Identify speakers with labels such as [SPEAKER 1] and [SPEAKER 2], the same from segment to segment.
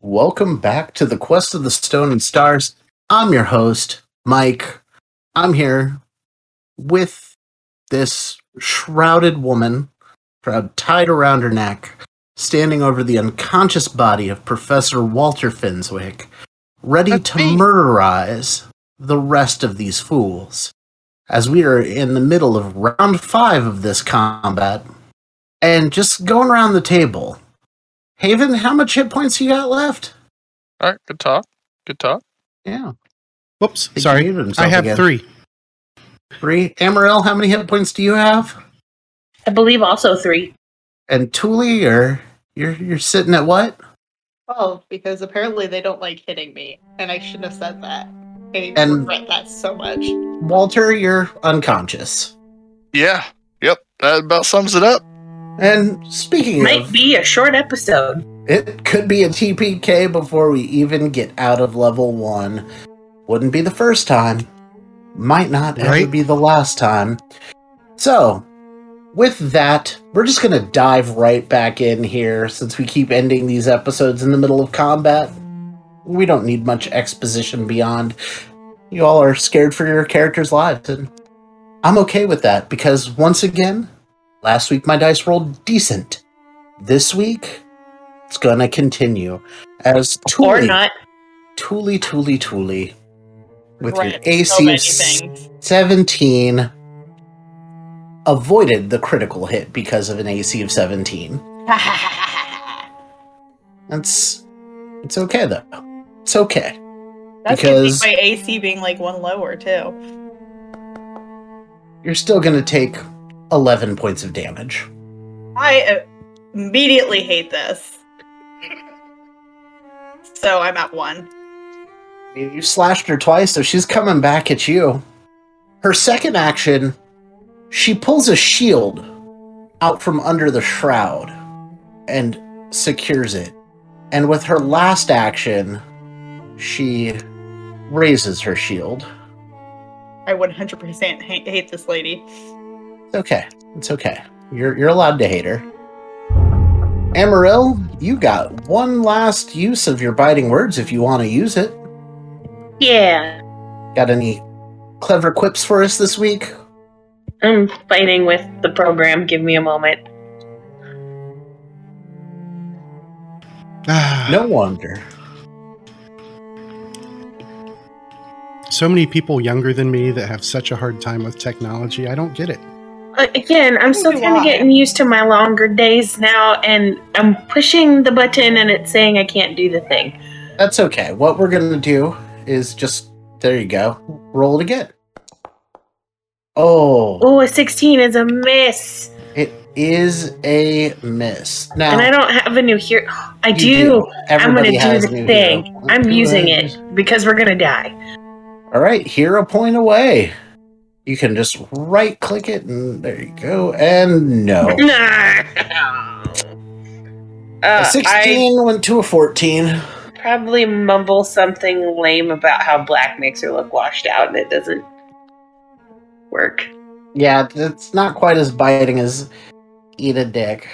[SPEAKER 1] welcome back to the Quest of the Stone and Stars. I'm your host, Mike. I'm here with this shrouded woman, shroud tied around her neck, standing over the unconscious body of Professor Walter Finswick, ready
[SPEAKER 2] That's
[SPEAKER 1] to
[SPEAKER 2] me.
[SPEAKER 1] murderize the rest of these fools. As we are in the middle of round five of this combat, and just going around the table. Haven, how much hit points you got left?
[SPEAKER 2] All right, good talk. Good talk.
[SPEAKER 1] Yeah.
[SPEAKER 3] Whoops.
[SPEAKER 1] he
[SPEAKER 3] Sorry.
[SPEAKER 1] muted himself
[SPEAKER 3] I have
[SPEAKER 1] again.
[SPEAKER 3] three.
[SPEAKER 1] Three. Amaryl, how many hit points do you have?
[SPEAKER 4] I believe also three.
[SPEAKER 1] And Thule, or you're you're sitting at what?
[SPEAKER 5] Oh, because apparently they don't like hitting me, and I shouldn't have said that. I
[SPEAKER 1] And-
[SPEAKER 5] regret that so much.
[SPEAKER 1] Walter, you're unconscious.
[SPEAKER 2] Yeah. Yep. That about sums it up.
[SPEAKER 1] And speaking
[SPEAKER 4] Might
[SPEAKER 1] of,
[SPEAKER 4] be a short episode.
[SPEAKER 1] it could be a TPK before we even get out of level one. Wouldn't be the first time. Might not ever
[SPEAKER 3] Right.
[SPEAKER 1] be the last time. So, with that, we're just gonna dive right back in here since we keep ending these episodes in the middle of combat. We don't need much exposition beyond. You all are scared for your characters' lives, and I'm okay with that because once again, last week my dice rolled decent. This week, it's gonna continue as
[SPEAKER 5] Or
[SPEAKER 1] Tuli,
[SPEAKER 5] not
[SPEAKER 1] Tuli, Tuli, Tuli, with your
[SPEAKER 5] regret
[SPEAKER 1] AC
[SPEAKER 5] so
[SPEAKER 1] of
[SPEAKER 5] many
[SPEAKER 1] s-
[SPEAKER 5] things.
[SPEAKER 1] 17 avoided the critical hit because of an AC of 17. That's it's okay though. It's okay.
[SPEAKER 5] That's
[SPEAKER 1] Because-
[SPEAKER 5] because my AC being like one lower too.
[SPEAKER 1] You're still going to take 11 points of damage.
[SPEAKER 5] I uh, immediately hate this. So I'm at one.
[SPEAKER 1] You slashed her twice, so she's coming back at you. Her second action, she pulls a shield out from under the shroud and secures it. And with her last action, she raises her shield.
[SPEAKER 5] I 100% ha- hate this lady.
[SPEAKER 1] It's okay. It's okay. You're you're allowed to hate her. Amaryl, you got one last use of your biting words if you want to use it.
[SPEAKER 4] Yeah.
[SPEAKER 1] Got any clever quips for us this week?
[SPEAKER 4] I'm fighting with the program. Give me a moment.
[SPEAKER 3] Ah,
[SPEAKER 1] No wonder.
[SPEAKER 3] So many people younger than me that have such a hard time with technology. I don't get it.
[SPEAKER 4] Uh, again, I'm still
[SPEAKER 5] do
[SPEAKER 4] kind of
[SPEAKER 5] I.
[SPEAKER 4] getting used to my longer days now, and I'm pushing the button and it's saying I can't do the thing.
[SPEAKER 1] That's okay. What we're gonna do is just there you go. Roll it again. Oh,
[SPEAKER 4] Oh, a 16 is a miss.
[SPEAKER 1] it is a miss. Now
[SPEAKER 4] And I don't have a new hero. I
[SPEAKER 1] you
[SPEAKER 4] do. I'm going
[SPEAKER 1] Everybody
[SPEAKER 4] to do
[SPEAKER 1] has
[SPEAKER 4] the
[SPEAKER 1] new
[SPEAKER 4] thing.
[SPEAKER 1] hero.
[SPEAKER 4] I'm using
[SPEAKER 1] Everybody-
[SPEAKER 4] it because we're going to die.
[SPEAKER 1] All right, hero point away. You can just right click it, and there you go. And no.
[SPEAKER 4] Nah.
[SPEAKER 1] A
[SPEAKER 4] Uh, I
[SPEAKER 1] 16 went to a 14.
[SPEAKER 4] probably mumble something lame about how black makes her look washed out and it doesn't work.
[SPEAKER 1] Yeah, it's not quite as biting as eat a dick.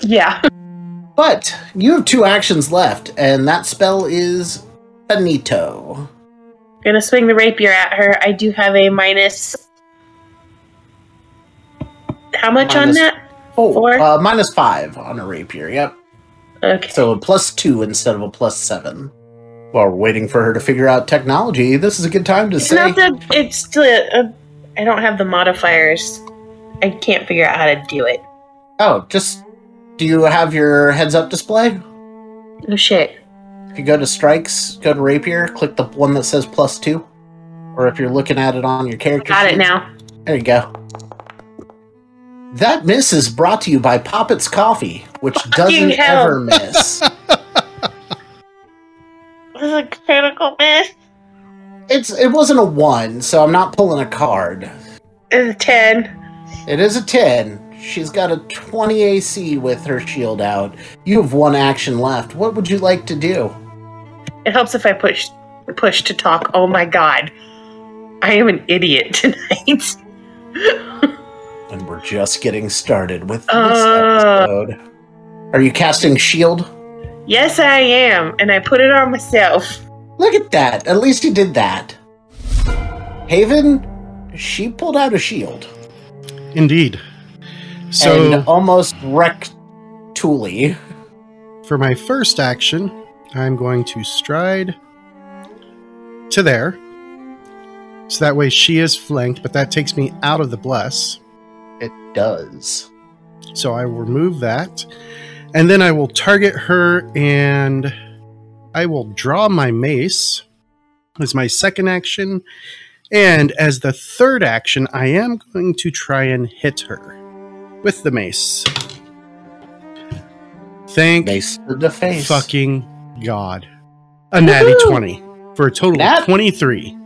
[SPEAKER 4] yeah.
[SPEAKER 1] But you have two actions left, and that spell is Benito.
[SPEAKER 4] Gonna swing the rapier at her. I do have a minus. How much
[SPEAKER 1] Minus-
[SPEAKER 4] on that?
[SPEAKER 1] Oh,
[SPEAKER 4] Four.
[SPEAKER 1] Uh, minus five on a rapier, yep.
[SPEAKER 4] Okay.
[SPEAKER 1] So a plus two instead of a plus seven. While we're waiting for her to figure out technology, this is a good time to
[SPEAKER 4] it's
[SPEAKER 1] say.
[SPEAKER 4] not the. It's still. Uh, I don't have the modifiers. I can't figure out how to do it.
[SPEAKER 1] oh, just do you have your heads up display?
[SPEAKER 4] Oh shit.
[SPEAKER 1] If you go to strikes, go to rapier, click the one that says plus two. Or if you're looking at it on your character
[SPEAKER 4] Got
[SPEAKER 1] sheet,
[SPEAKER 4] it now.
[SPEAKER 1] There you go. That miss is brought to you by Poppet's Coffee, which doesn't
[SPEAKER 4] hell.
[SPEAKER 1] ever miss.
[SPEAKER 4] This is a critical miss.
[SPEAKER 1] it's it wasn't a one, so I'm not pulling a card.
[SPEAKER 4] It's a 10.
[SPEAKER 1] It is a ten. She's got a twenty AC with her shield out. You have one action left. What would you like to do?
[SPEAKER 4] It helps if I push push to talk. Oh my god. I am an idiot tonight.
[SPEAKER 1] And we're just getting started with this
[SPEAKER 4] Uh.
[SPEAKER 1] episode. Are you casting shield?
[SPEAKER 4] Yes, I am, and I put it on myself.
[SPEAKER 1] Look at that. At least you did that. Haven, she pulled out a shield
[SPEAKER 3] Indeed. So
[SPEAKER 1] and uh, almost wrecked Thule.
[SPEAKER 3] for my first action, I'm going to stride to there. So that way she is flanked, but that takes me out of the bless.
[SPEAKER 1] It does.
[SPEAKER 3] So I will remove that. And then I will target her and I will draw my mace as my second action. And as the third action, I am going to try and hit her with the mace. Thank
[SPEAKER 1] Mace to the face.
[SPEAKER 3] fucking god. A natty
[SPEAKER 1] Woohoo!
[SPEAKER 3] 20 for a total
[SPEAKER 1] Nat-
[SPEAKER 3] of 23.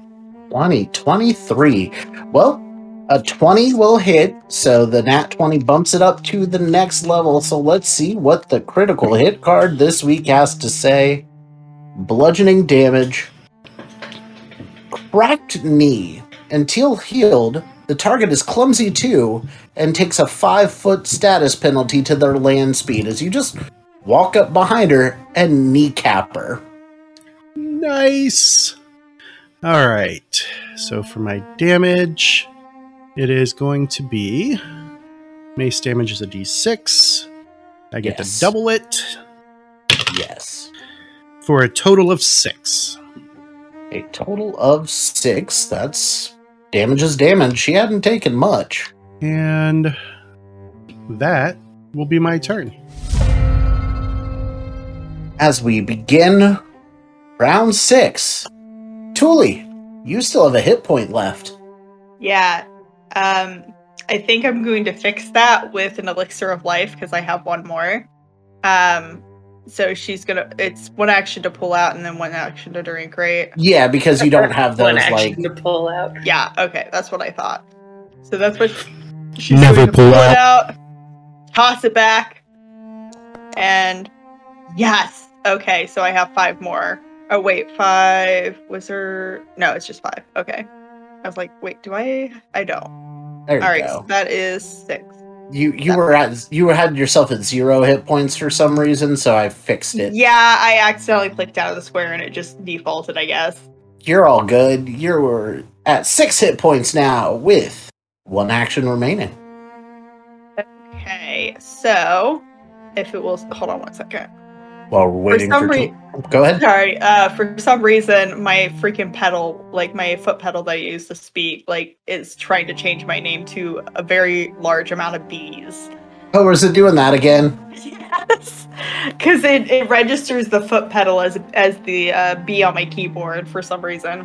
[SPEAKER 1] 20, 23. Well, a 20 will hit, so the nat 20 bumps it up to the next level. So let's see what the critical hit card this week has to say. Bludgeoning damage. Cracked knee. Until healed, the target is clumsy too and takes a 5 foot status penalty to their land speed as you just walk up behind her and kneecap her.
[SPEAKER 3] Nice. All right. So for my damage, it is going to be mace damage is a d6. I get
[SPEAKER 1] Yes.
[SPEAKER 3] to double it
[SPEAKER 1] Yes.
[SPEAKER 3] for a total of six.
[SPEAKER 1] A total of six. That's damage is damage. She hadn't taken much.
[SPEAKER 3] And that will be my turn.
[SPEAKER 1] As we begin round six, Thule, you still have a hit point left.
[SPEAKER 5] Yeah. Um, I think I'm going to fix that with an elixir of life because I have one more. Um, so she's gonna. It's one action to pull out and then one action to drink, right?
[SPEAKER 1] Yeah, because you don't have those
[SPEAKER 4] One
[SPEAKER 1] like
[SPEAKER 4] action to pull out.
[SPEAKER 5] Yeah. Okay, that's what I thought. So that's what she's
[SPEAKER 3] Never
[SPEAKER 5] going to
[SPEAKER 3] pull
[SPEAKER 5] pull it out, toss it back, and yes. Okay, so I have five more. Oh wait, five was there? No, it's just five. Okay. I was like, wait, do I? I don't.
[SPEAKER 1] there you
[SPEAKER 5] All right, so
[SPEAKER 1] go.
[SPEAKER 5] that is six.
[SPEAKER 1] You you were at you had yourself at zero hit points for some reason, so I fixed it.
[SPEAKER 5] Yeah, I accidentally clicked out of the square and it just defaulted, I guess.
[SPEAKER 1] You're all good. You're at six hit points now with one action remaining.
[SPEAKER 5] Okay, so if it will hold on one second.
[SPEAKER 1] While we're
[SPEAKER 5] For
[SPEAKER 1] waiting for,
[SPEAKER 5] some re-
[SPEAKER 1] Thule- go ahead.
[SPEAKER 5] sorry, uh for some reason my freaking pedal, like my foot pedal that I use to speak, like is trying to change my name to a very large amount of bees.
[SPEAKER 1] Oh, is it doing that again?
[SPEAKER 5] Yes. Cause it, it registers the foot pedal as as the uh, B on my keyboard for some reason.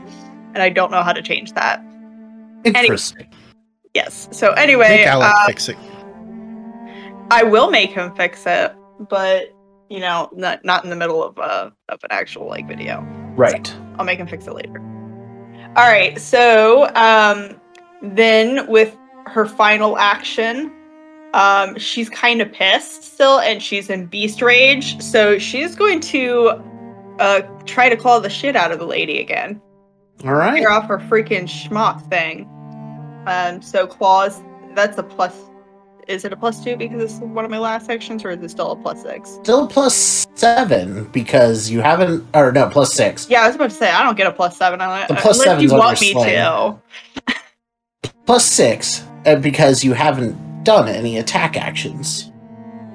[SPEAKER 5] And I don't know how to change that.
[SPEAKER 1] Interesting.
[SPEAKER 5] Yes. So
[SPEAKER 3] I
[SPEAKER 5] anyway,
[SPEAKER 3] think Alec
[SPEAKER 5] uh,
[SPEAKER 3] fix it.
[SPEAKER 5] I will make him fix it, but you know, not not in the middle of uh, of an actual like video.
[SPEAKER 1] Right.
[SPEAKER 5] I'll make him fix it later. All right. So um, then with her final action, um, she's kind of pissed still, and she's in beast rage. So she's going to uh, try to claw the shit out of the lady again.
[SPEAKER 1] All right.
[SPEAKER 5] Tear off her freaking schmuck thing. Um, so claws. That's a plus. Is it a plus two because this is one of my last sections, or is it still a plus six?
[SPEAKER 1] still plus seven because you haven't, or no, plus six.
[SPEAKER 5] Yeah, I was about to say I don't get a plus seven on it uh,
[SPEAKER 1] The plus
[SPEAKER 5] unless you
[SPEAKER 1] seven's on
[SPEAKER 5] want
[SPEAKER 1] your
[SPEAKER 5] me
[SPEAKER 1] sling.
[SPEAKER 5] to.
[SPEAKER 1] Plus six uh, because you haven't done any attack actions.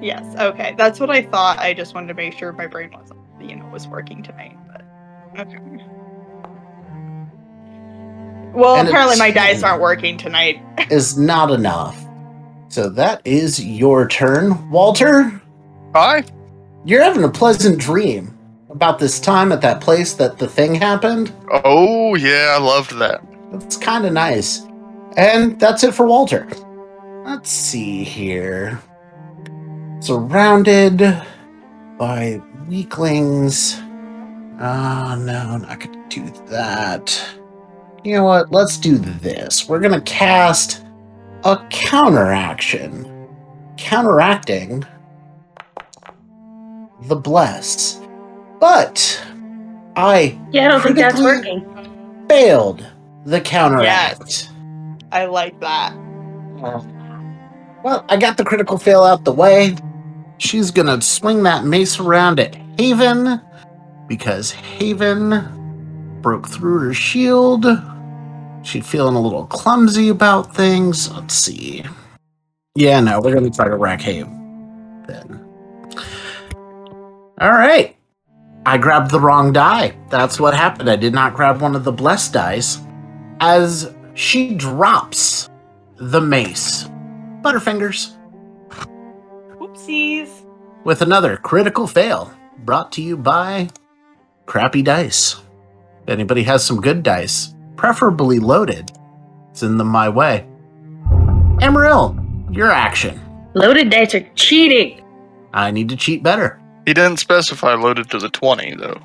[SPEAKER 5] Yes. Okay, that's what I thought. I just wanted to make sure my brain wasn't, you know, was working tonight. But okay. Well,
[SPEAKER 1] And
[SPEAKER 5] apparently
[SPEAKER 1] it's-
[SPEAKER 5] my dice aren't working tonight.
[SPEAKER 1] Is not enough. So that is your turn. Walter,
[SPEAKER 2] Hi.
[SPEAKER 1] you're having a pleasant dream about this time at that place that the thing happened.
[SPEAKER 2] Oh yeah, I loved that.
[SPEAKER 1] That's kind of nice. And that's it for Walter. Let's see here. Surrounded by weaklings. Ah, no, not gonna do that. You know what? Let's do this. We're gonna cast a counteraction. Counteracting the bless. But I
[SPEAKER 4] Yeah, I don't think that's
[SPEAKER 1] Critically-
[SPEAKER 4] working.
[SPEAKER 1] failed the counteract.
[SPEAKER 5] I like that.
[SPEAKER 1] Well, I got the critical fail out the way. She's gonna swing that mace around at Haven because Haven broke through her shield. She's feeling a little clumsy about things. Let's see. Yeah, no, we're gonna try to rack Haven then. All right. I grabbed the wrong die. That's what happened. I did not grab one of the blessed dice. As she drops the mace, Butterfingers
[SPEAKER 5] Oopsies.
[SPEAKER 1] with another critical fail brought to you by crappy dice. If anybody has some good dice, preferably loaded, send them my way. Amaryl, your action.
[SPEAKER 4] Loaded dice are cheating.
[SPEAKER 1] I need to cheat better.
[SPEAKER 2] He didn't specify loaded to the 20, though.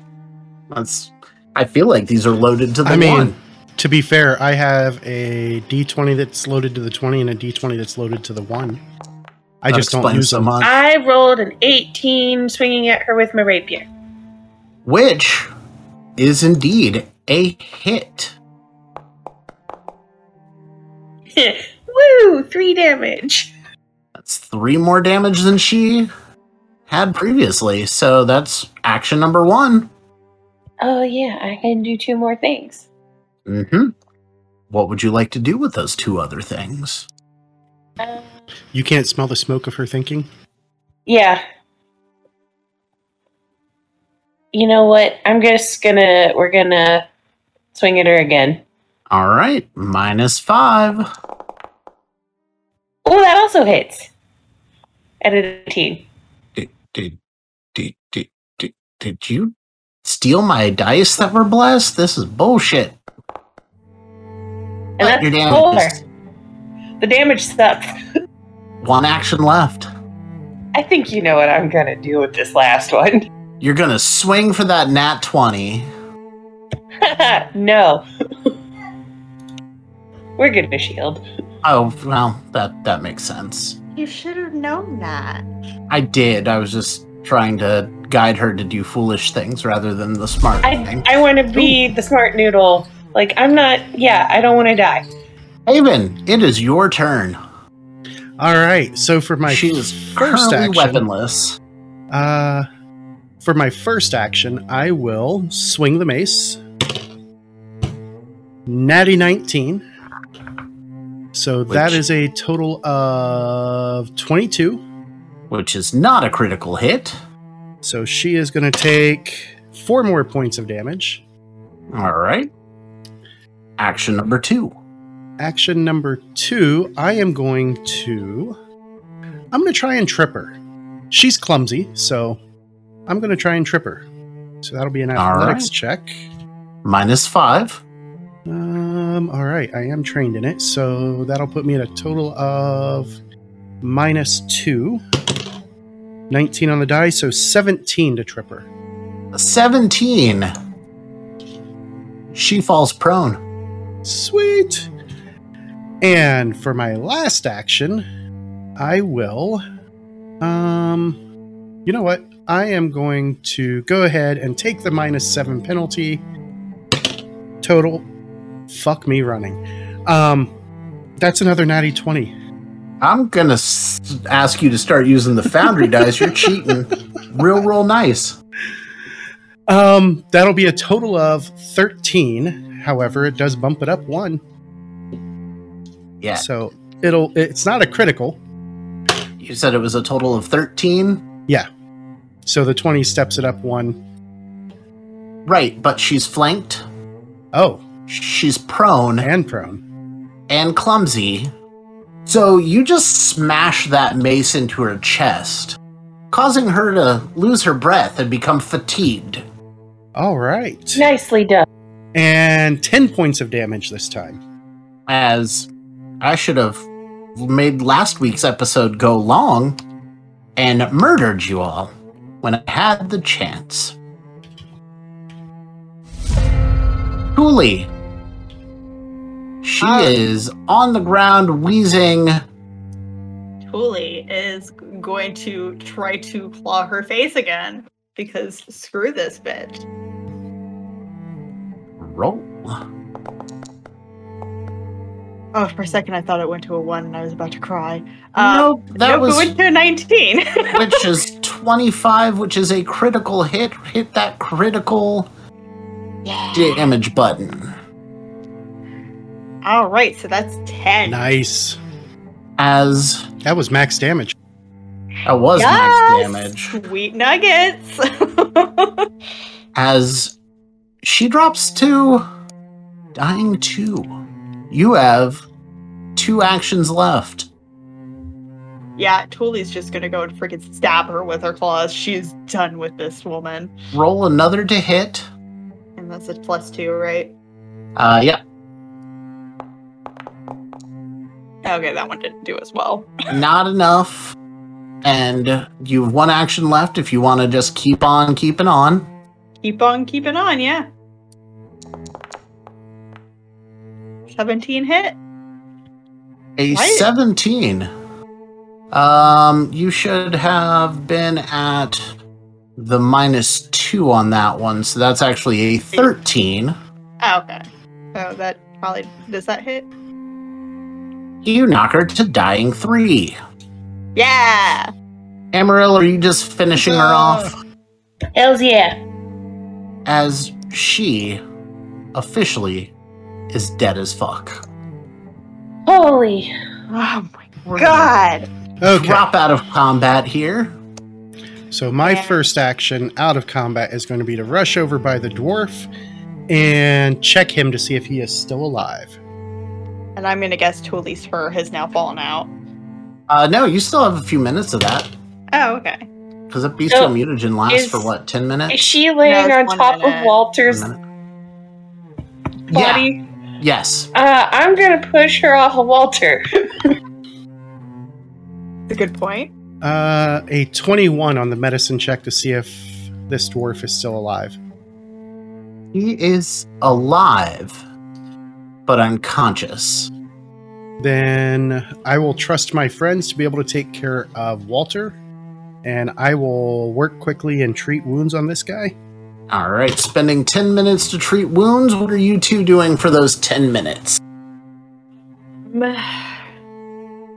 [SPEAKER 1] That's. I feel like these are loaded to the
[SPEAKER 3] I mean-
[SPEAKER 1] one.
[SPEAKER 3] To be fair, I have a D20 that's loaded to the 20 and a D20 that's loaded to the 1. I
[SPEAKER 1] That
[SPEAKER 3] just don't
[SPEAKER 1] explains
[SPEAKER 3] use
[SPEAKER 1] so
[SPEAKER 3] them.
[SPEAKER 1] much.
[SPEAKER 4] I rolled an 18 swinging at her with my rapier.
[SPEAKER 1] which is indeed a hit.
[SPEAKER 4] Woo! Three damage.
[SPEAKER 1] That's three more damage than she had previously. So that's action number one.
[SPEAKER 4] Oh, yeah, I can do two more things.
[SPEAKER 1] Mm-hmm. What would you like to do with those two other things?
[SPEAKER 4] Uh,
[SPEAKER 3] You can't smell the smoke of her thinking.
[SPEAKER 4] yeah. You know what? I'm just gonna. We're gonna swing at her again.
[SPEAKER 1] All right, minus five.
[SPEAKER 4] Oh, that also hits. At an 18.
[SPEAKER 1] Did did did did, did you steal my dice that were blessed? This is bullshit.
[SPEAKER 4] And
[SPEAKER 1] But your
[SPEAKER 4] that's
[SPEAKER 1] damage
[SPEAKER 4] four.
[SPEAKER 1] is-
[SPEAKER 4] The damage sucks.
[SPEAKER 1] One action left.
[SPEAKER 4] I think you know what I'm gonna do with this last one.
[SPEAKER 1] You're gonna swing for that nat twenty.
[SPEAKER 4] no. We're good with shield.
[SPEAKER 1] Oh well, that that makes sense.
[SPEAKER 5] You should have known that.
[SPEAKER 1] I did. I was just trying to guide her to do foolish things rather than the smart
[SPEAKER 4] I
[SPEAKER 1] thing.
[SPEAKER 4] I want to be the smart noodle. Like I'm not. Yeah, I don't want to die.
[SPEAKER 1] Haven, it is your turn.
[SPEAKER 3] All right. So for my
[SPEAKER 1] she is
[SPEAKER 3] first
[SPEAKER 1] currently
[SPEAKER 3] action,
[SPEAKER 1] weaponless.
[SPEAKER 3] uh for my first action, I will swing the mace. Natty 19. So that
[SPEAKER 1] Which-
[SPEAKER 3] is a total of 22.
[SPEAKER 1] which is not a critical hit.
[SPEAKER 3] So she is going to take four more points of damage.
[SPEAKER 1] All right. Action number two.
[SPEAKER 3] Action number two, I am going to. I'm going to try and trip her. She's clumsy, so I'm going to try and trip her. So that'll be an
[SPEAKER 1] All
[SPEAKER 3] athletics
[SPEAKER 1] right.
[SPEAKER 3] check.
[SPEAKER 1] Minus five.
[SPEAKER 3] Um, all right, I am trained in it, so that'll put me at a total of minus two. 19 on the die, so 17 to trip her.
[SPEAKER 1] 17. She falls prone.
[SPEAKER 3] Sweet. And for my last action, I will um you know what? I am going to go ahead and take the minus 7 penalty total fuck me running. Um that's another natty 20.
[SPEAKER 1] I'm going to s- ask you to start using the foundry dice. You're cheating. Real, real nice.
[SPEAKER 3] Um that'll be a total of 13. However, it does bump it up one.
[SPEAKER 1] Yeah.
[SPEAKER 3] So it'll it's not a critical.
[SPEAKER 1] You said it was a total of 13.
[SPEAKER 3] So the 20 steps it up one.
[SPEAKER 1] Right, but she's flanked.
[SPEAKER 3] Oh,
[SPEAKER 1] She's prone
[SPEAKER 3] and prone.
[SPEAKER 1] and clumsy. So you just smash that mace into her chest, causing her to lose her breath and become fatigued.
[SPEAKER 3] All right.
[SPEAKER 4] Nicely done.
[SPEAKER 3] And 10 points of damage this time.
[SPEAKER 1] As I should have made last week's episode go long and murdered you all when I had the chance. Cooley. She
[SPEAKER 5] Hi.
[SPEAKER 1] is on the ground wheezing.
[SPEAKER 5] Tuli is going to try to claw her face again because screw this bitch.
[SPEAKER 1] Roll.
[SPEAKER 5] Oh, for a second I thought it went to a one and I was about to cry.
[SPEAKER 1] nope, that
[SPEAKER 5] nope,
[SPEAKER 1] was
[SPEAKER 5] it went to a 19.
[SPEAKER 1] which is 25, which is a critical hit. Hit that critical damage button.
[SPEAKER 5] All right, so that's 10.
[SPEAKER 3] Nice.
[SPEAKER 1] As
[SPEAKER 3] That was max damage.
[SPEAKER 1] I was max
[SPEAKER 5] Yes!
[SPEAKER 1] damage.
[SPEAKER 5] Sweet nuggets.
[SPEAKER 1] as she drops to dying two. You have two actions left.
[SPEAKER 5] yeah, Tully's just gonna go and freaking stab her with her claws. She's done with this woman.
[SPEAKER 1] Roll another to hit.
[SPEAKER 5] And that's a plus two, right?
[SPEAKER 1] Uh, yeah,
[SPEAKER 5] Okay, that one didn't do as well.
[SPEAKER 1] not enough. And you have one action left if you want to just keep on keeping on.
[SPEAKER 5] Keep on keeping on, yeah. 17 hit.
[SPEAKER 1] A
[SPEAKER 5] Right.
[SPEAKER 1] 17. Um, you should have been at the minus two on that one, so that's actually a 13.
[SPEAKER 5] Oh, okay. So that probably does that hit?
[SPEAKER 1] You knock her to dying three.
[SPEAKER 5] Yeah.
[SPEAKER 1] Amaryl, are you just finishing her off
[SPEAKER 4] Hells yeah.
[SPEAKER 1] as she officially is dead as fuck?
[SPEAKER 4] Holy.
[SPEAKER 5] Oh my god.
[SPEAKER 3] Okay.
[SPEAKER 1] Drop out of combat here.
[SPEAKER 3] So my first action out of combat is going to be to rush over by the dwarf and check him to see if he is still alive.
[SPEAKER 5] And I'm gonna guess Tully's fur has now fallen out.
[SPEAKER 1] Uh, no, you still have a few minutes of that
[SPEAKER 5] Oh, okay.
[SPEAKER 1] because that bestial
[SPEAKER 4] So,
[SPEAKER 1] mutagen lasts
[SPEAKER 4] is-
[SPEAKER 1] for what, 10
[SPEAKER 4] Is
[SPEAKER 1] minutes?
[SPEAKER 4] she laying
[SPEAKER 5] No,
[SPEAKER 4] on
[SPEAKER 5] it's one
[SPEAKER 4] top
[SPEAKER 5] minute.
[SPEAKER 4] of Walter's
[SPEAKER 1] A minute? Yeah,
[SPEAKER 4] body?
[SPEAKER 1] yes.
[SPEAKER 4] Uh, I'm gonna push her off of Walter.
[SPEAKER 5] That's a good point.
[SPEAKER 3] Uh, a 21 on the medicine check to see if this dwarf is still alive.
[SPEAKER 1] He is alive, but unconscious.
[SPEAKER 3] Then I will trust my friends to be able to take care of Walter, and I will work quickly and treat wounds on this guy.
[SPEAKER 1] All right, spending 10 minutes to treat wounds. What are you two doing for those 10 minutes?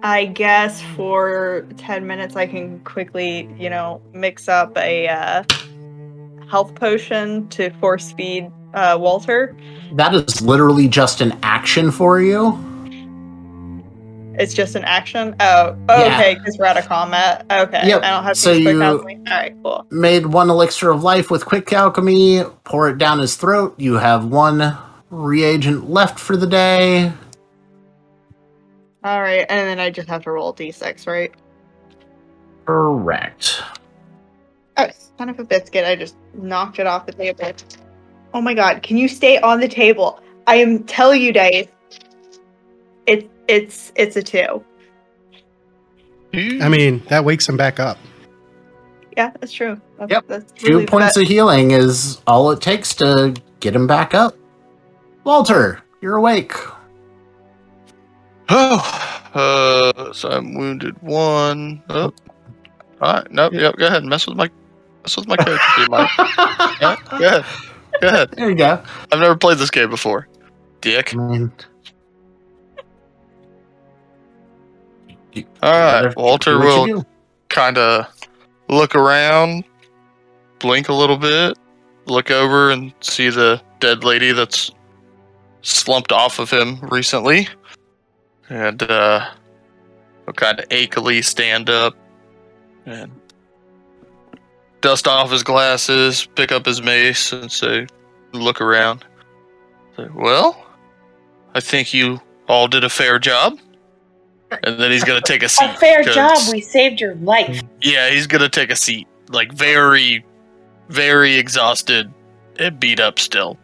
[SPEAKER 5] I guess for 10 minutes I can quickly, you know, mix up a uh, health potion to force feed uh, Walter.
[SPEAKER 1] That is literally just an action for you.
[SPEAKER 5] It's just an action. Oh, oh
[SPEAKER 1] Yeah.
[SPEAKER 5] okay, because we're out of combat. Okay,
[SPEAKER 1] Yep,
[SPEAKER 5] I don't have to
[SPEAKER 1] so
[SPEAKER 5] use quick
[SPEAKER 1] you-
[SPEAKER 5] counseling. All right, cool.
[SPEAKER 1] made one elixir of life with quick alchemy, pour it down his throat. You have one reagent left for the day.
[SPEAKER 5] All right, and then I just have to roll d d6, right?
[SPEAKER 1] Correct.
[SPEAKER 5] Oh, son of a biscuit. I just knocked it off the table. Oh my god, can you stay on the table? I am tell you guys. It's it's it's a two.
[SPEAKER 3] I mean, that wakes him back up.
[SPEAKER 5] Yeah, that's true. That's,
[SPEAKER 1] Yep.
[SPEAKER 5] That's
[SPEAKER 1] Two points of healing is all it takes to get him back up. Walter, you're awake.
[SPEAKER 2] Oh, uh, so I'm wounded one. Oh. All right. Nope. Yep. Go ahead and mess with my mess with my character, you Mike. Yeah, go ahead. Go ahead.
[SPEAKER 1] There you go.
[SPEAKER 2] I've never played this game before. Dick.
[SPEAKER 1] I mean,
[SPEAKER 2] All
[SPEAKER 1] rather
[SPEAKER 2] right. Uh, Walter
[SPEAKER 1] do what
[SPEAKER 2] will
[SPEAKER 1] you do.
[SPEAKER 2] kind of look around, blink a little bit, look over and see the dead lady that's slumped off of him recently. And uh will kind of achily stand up and dust off his glasses, pick up his mace and say look around. Say, well, I think you all did a fair job. And then he's gonna take a seat.
[SPEAKER 4] A fair
[SPEAKER 2] 'cause-
[SPEAKER 4] job. We saved your life.
[SPEAKER 2] yeah, he's gonna take a seat. Like very, very exhausted and beat up still.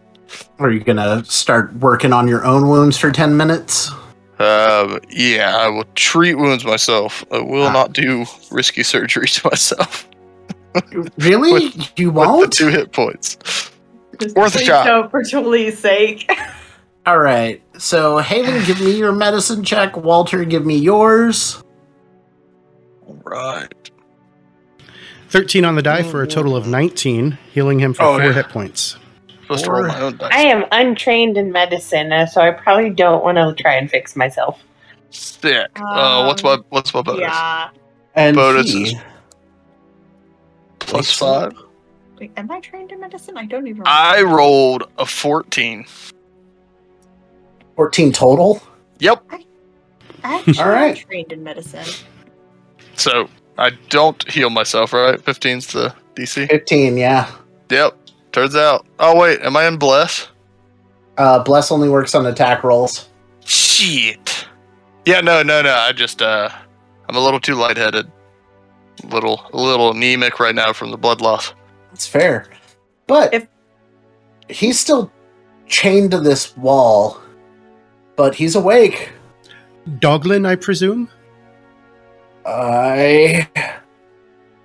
[SPEAKER 1] Are you gonna start working on your own wounds for ten minutes?
[SPEAKER 2] Um, yeah, I will treat wounds myself. I will
[SPEAKER 1] Ah.
[SPEAKER 2] not do risky surgery to myself
[SPEAKER 1] Really? you
[SPEAKER 2] with
[SPEAKER 1] won't?
[SPEAKER 2] the two hit points.
[SPEAKER 5] Just
[SPEAKER 2] worth a
[SPEAKER 5] please
[SPEAKER 2] shot.
[SPEAKER 5] don't, for Julie's sake.
[SPEAKER 1] All right. So Haven, give me your medicine check. Walter, give me yours.
[SPEAKER 2] All right.
[SPEAKER 3] 13 on the die for a total of 19, healing him for
[SPEAKER 2] Oh,
[SPEAKER 3] four
[SPEAKER 2] yeah.
[SPEAKER 3] hit points.
[SPEAKER 2] Supposed to roll my own dice.
[SPEAKER 4] I am untrained in medicine, uh, so I probably don't want to try and fix myself.
[SPEAKER 2] Sick. uh, what's my
[SPEAKER 5] Um,
[SPEAKER 2] what's my bonus?
[SPEAKER 5] yeah.
[SPEAKER 1] And
[SPEAKER 2] Bonus
[SPEAKER 1] he-
[SPEAKER 2] is- plus five.
[SPEAKER 5] Wait, am I trained in medicine? I don't even.
[SPEAKER 2] I rolled a fourteen.
[SPEAKER 1] 14 total.
[SPEAKER 2] Yep.
[SPEAKER 5] Actually,
[SPEAKER 1] All right.
[SPEAKER 5] trained in medicine.
[SPEAKER 2] So I don't heal myself, right? 15's the DC.
[SPEAKER 1] 15, yeah.
[SPEAKER 2] Yep. Turns out. Oh wait, am I in bless?
[SPEAKER 1] Uh, Bless only works on attack rolls.
[SPEAKER 2] Shit. Yeah, no, no, no. I just uh I'm a little too lightheaded. Little a little anemic right now from the blood loss.
[SPEAKER 1] That's fair. But
[SPEAKER 5] If-
[SPEAKER 1] he's still chained to this wall, but he's awake.
[SPEAKER 3] Doglin, I presume.
[SPEAKER 1] I.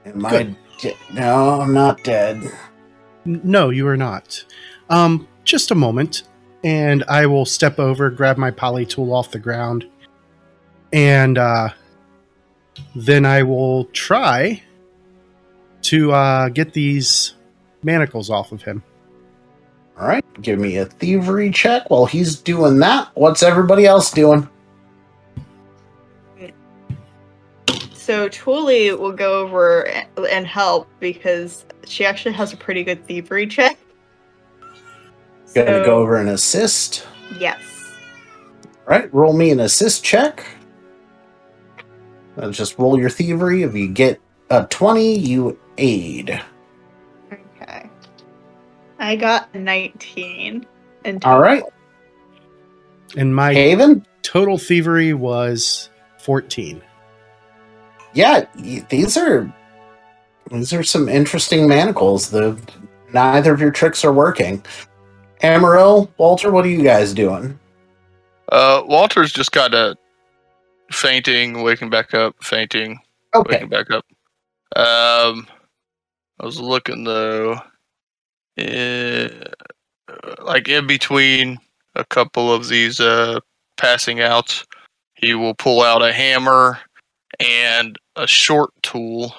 [SPEAKER 1] Am I.
[SPEAKER 3] Good.
[SPEAKER 1] De- no, I'm not dead.
[SPEAKER 3] N- No, you are not. Um, just a moment, and I will step over, grab my poly tool off the ground, and uh, then I will try to uh, get these manacles off of him.
[SPEAKER 1] All right, give me a thievery check while he's doing that. What's everybody else doing?
[SPEAKER 5] So Tuli will go over a- and help because she actually has a pretty good thievery check.
[SPEAKER 1] Gonna
[SPEAKER 5] So-
[SPEAKER 1] go over and assist.
[SPEAKER 5] Yes.
[SPEAKER 1] All right, roll me an assist check. Uh, just roll your thievery. If you get a 20, you aid.
[SPEAKER 5] Okay. I got 19. And
[SPEAKER 1] All right,
[SPEAKER 3] And my
[SPEAKER 1] Haven?
[SPEAKER 3] total thievery was 14.
[SPEAKER 1] Yeah, y- these are. These are some interesting manacles. The neither of your tricks are working. Amaryl, Walter, what are you guys doing?
[SPEAKER 2] Uh Walter's just kinda fainting, waking back up, fainting,
[SPEAKER 1] Okay,
[SPEAKER 2] Waking back up. Um, I was looking though, eh, like in between a couple of these uh passing outs, he will pull out a hammer and a short tool,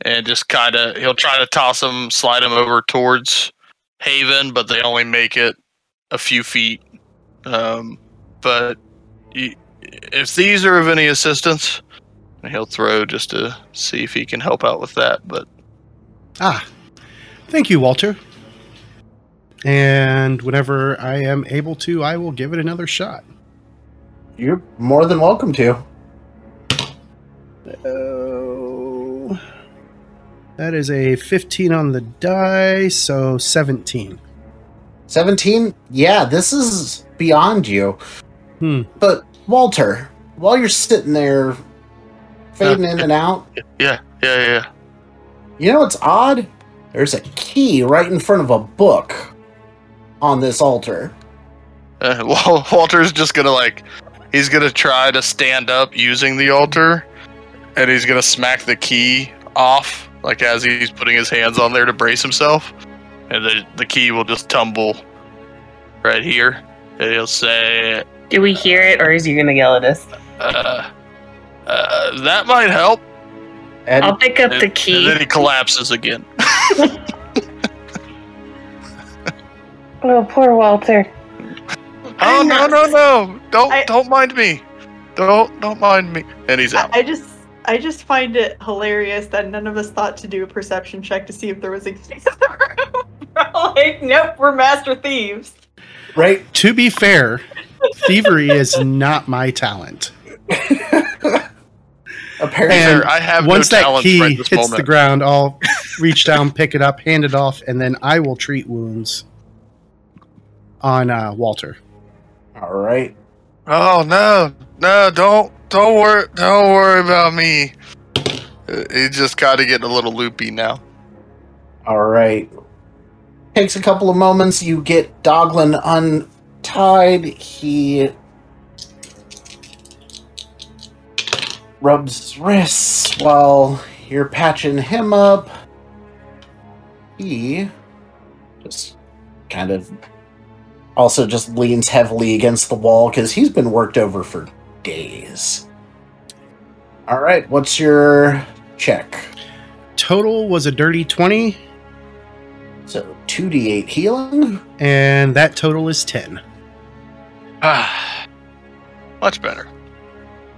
[SPEAKER 2] and just kind of he'll try to toss them, slide them over towards Haven, but they only make it a few feet. Um, but y- if these are of any assistance. And he'll throw just to see if he can help out with that. But
[SPEAKER 3] Ah, thank you, Walter. And whenever I am able to, I will give it another shot.
[SPEAKER 1] you're more than welcome to.
[SPEAKER 3] Oh. That is a 15 on the die, so 17.
[SPEAKER 1] 17 yeah this is beyond you
[SPEAKER 3] Hmm.
[SPEAKER 1] but walter while you're sitting there fading in and out
[SPEAKER 2] yeah, yeah, yeah.
[SPEAKER 1] you know what's odd there's a key right in front of a book on this altar
[SPEAKER 2] Uh, Wal- Walter's just gonna like, he's gonna try to stand up using the altar, and he's gonna smack the key off, like as he's putting his hands on there to brace himself, and the the key will just tumble right here, and he'll say,
[SPEAKER 4] Do we hear it, or is he gonna yell at us?
[SPEAKER 2] uh, uh, "That might help."
[SPEAKER 1] and
[SPEAKER 4] I'll pick up the
[SPEAKER 2] And
[SPEAKER 4] key.
[SPEAKER 2] then he collapses again.
[SPEAKER 4] Oh, poor Walter.
[SPEAKER 2] Oh
[SPEAKER 5] I'm
[SPEAKER 2] no
[SPEAKER 5] not-
[SPEAKER 2] no no! Don't
[SPEAKER 5] I-
[SPEAKER 2] don't mind me. Don't don't mind me. And he's
[SPEAKER 5] I,
[SPEAKER 2] out.
[SPEAKER 5] I just I just find it hilarious that none of us thought to do a perception check to see if there was a key in the room. We're all like, nope, we're master thieves.
[SPEAKER 1] right
[SPEAKER 3] To be fair, thievery is not my talent.
[SPEAKER 1] apparently
[SPEAKER 3] And
[SPEAKER 2] Sir, I have
[SPEAKER 3] Once
[SPEAKER 2] no
[SPEAKER 3] that
[SPEAKER 2] talents
[SPEAKER 3] key
[SPEAKER 2] right this
[SPEAKER 3] hits
[SPEAKER 2] moment.
[SPEAKER 3] the ground, I'll reach down, pick it up, hand it off, and then I will treat wounds on uh, Walter.
[SPEAKER 1] all right
[SPEAKER 2] Oh no, no! Don't don't worry don't worry about me. Uh, He's just kind of getting a little loopy now.
[SPEAKER 1] all right takes a couple of moments you get doglin untied he rubs his wrists while you're patching him up. He just kind of also just leans heavily against the wall because he's been worked over for days. All right, what's your check?
[SPEAKER 3] Total was a dirty 20,
[SPEAKER 1] So 2d8 healing.
[SPEAKER 3] and that total is 10.
[SPEAKER 2] Ah, much better.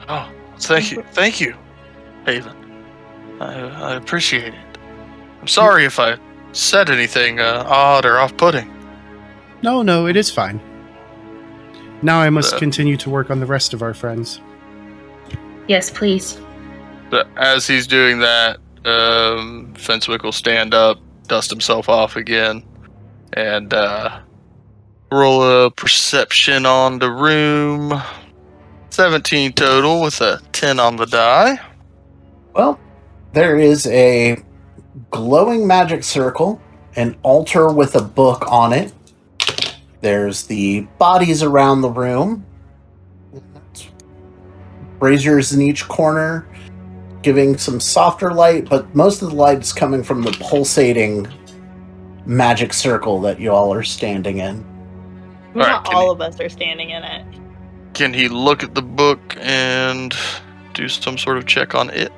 [SPEAKER 2] Oh, thank you, thank you, Haven. I, I appreciate it. I'm sorry if I said anything uh, odd or off putting.
[SPEAKER 3] No, no, it is fine. Now I must
[SPEAKER 2] Uh.
[SPEAKER 3] continue to work on the rest of our friends.
[SPEAKER 4] Yes, please.
[SPEAKER 2] But as he's doing that, um, Fencewick will stand up, dust himself off again, and uh, roll a perception on the room. 17 total with a 10 on the die.
[SPEAKER 1] Well, there is a glowing magic circle, an altar with a book on it. There's the bodies around the room, braziers in each corner, giving some softer light, but most of the light's coming from the pulsating magic circle that you all are standing in.
[SPEAKER 2] Alright,
[SPEAKER 5] Not
[SPEAKER 2] can
[SPEAKER 5] all
[SPEAKER 2] you-
[SPEAKER 5] of us are standing in it.
[SPEAKER 2] Can he look at the book and do some sort of check on it?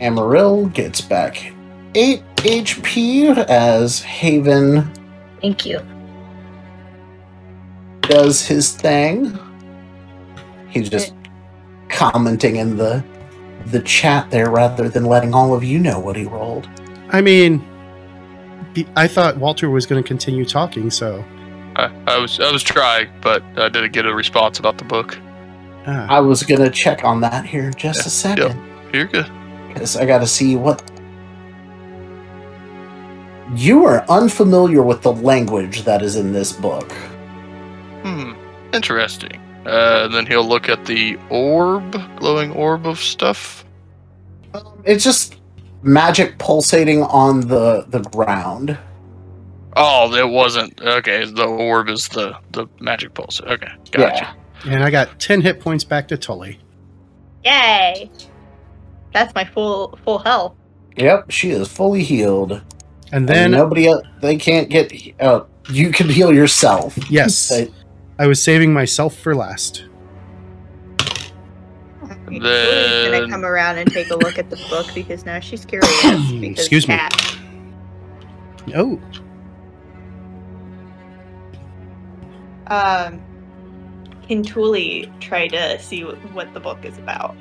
[SPEAKER 1] Amaryl gets back 8 HP as Haven
[SPEAKER 4] Thank you.
[SPEAKER 1] does his thing. He's just commenting in the the chat there rather than letting all of you know what he rolled.
[SPEAKER 3] I mean, be- I thought Walter was going to continue talking, so.
[SPEAKER 2] I, I was I was trying, but I didn't get a response about the book.
[SPEAKER 3] Ah.
[SPEAKER 1] I was gonna check on that here in just a second
[SPEAKER 2] You're good.
[SPEAKER 1] because I gotta see what. You are unfamiliar with the language that is in this book.
[SPEAKER 2] Hmm. Interesting. Uh, then he'll look at the orb, glowing orb of stuff.
[SPEAKER 1] Um, It's just magic pulsating on the the ground.
[SPEAKER 2] Oh, it wasn't. Okay, the orb is the the magic pulse. Okay, gotcha.
[SPEAKER 3] And I got 10 hit points back to Tully.
[SPEAKER 5] Yay! That's my full full health.
[SPEAKER 1] Yep, she is fully healed.
[SPEAKER 3] And
[SPEAKER 1] Then
[SPEAKER 3] then,
[SPEAKER 1] nobody else, they can't get. Uh, you can heal yourself.
[SPEAKER 3] yes,
[SPEAKER 1] They-
[SPEAKER 3] I was saving myself for last.
[SPEAKER 5] Julie's gonna
[SPEAKER 2] Then-
[SPEAKER 5] come around and take a look at the book because now she's curious. because
[SPEAKER 3] Excuse me.
[SPEAKER 5] cat.
[SPEAKER 3] Oh,
[SPEAKER 5] Um, can Thule try to see wh- what the book is about?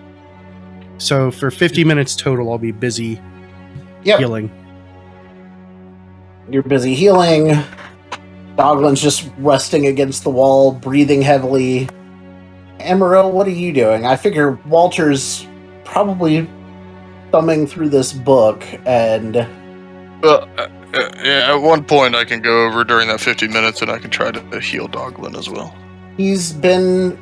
[SPEAKER 3] so for 50 minutes total, I'll be busy
[SPEAKER 1] Yep.
[SPEAKER 3] healing.
[SPEAKER 1] You're busy healing. Doglin's just resting against the wall, breathing heavily. Emeril, what are you doing? I figure Walter's probably thumbing through this book, and
[SPEAKER 2] Well, uh, uh, yeah, at one point I can go over during that 50 minutes, and I can try to heal Doglin as well.
[SPEAKER 1] he's been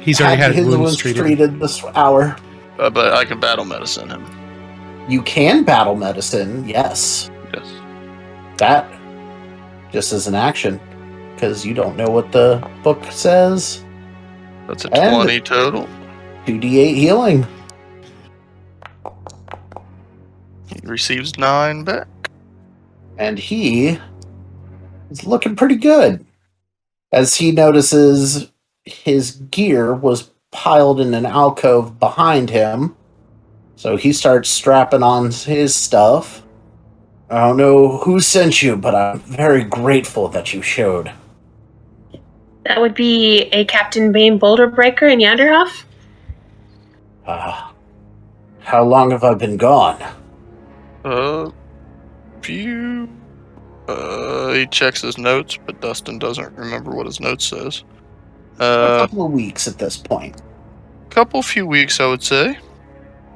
[SPEAKER 3] He's already had
[SPEAKER 1] his
[SPEAKER 3] his wounds treated.
[SPEAKER 1] this hour.
[SPEAKER 2] Uh, but I can battle medicine him.
[SPEAKER 1] You can battle medicine, yes.
[SPEAKER 2] Yes.
[SPEAKER 1] That just is an action because you don't know what the book says.
[SPEAKER 2] That's a
[SPEAKER 1] And-
[SPEAKER 2] 20 total.
[SPEAKER 1] 2d8 healing.
[SPEAKER 2] He receives nine back.
[SPEAKER 1] and he is looking pretty good as he notices his gear was piled in an alcove behind him so he starts strapping on his stuff i don't know who sent you but i'm very grateful that you showed
[SPEAKER 4] That would be a Captain Bane Boulder Breaker in Yanderhoff.
[SPEAKER 1] uh, how long have i been gone
[SPEAKER 2] Uh, few. Uh, he checks his notes, but Dustin doesn't remember what his notes says.
[SPEAKER 1] a
[SPEAKER 2] Uh,
[SPEAKER 1] couple of weeks at this point
[SPEAKER 2] couple few weeks, I would say.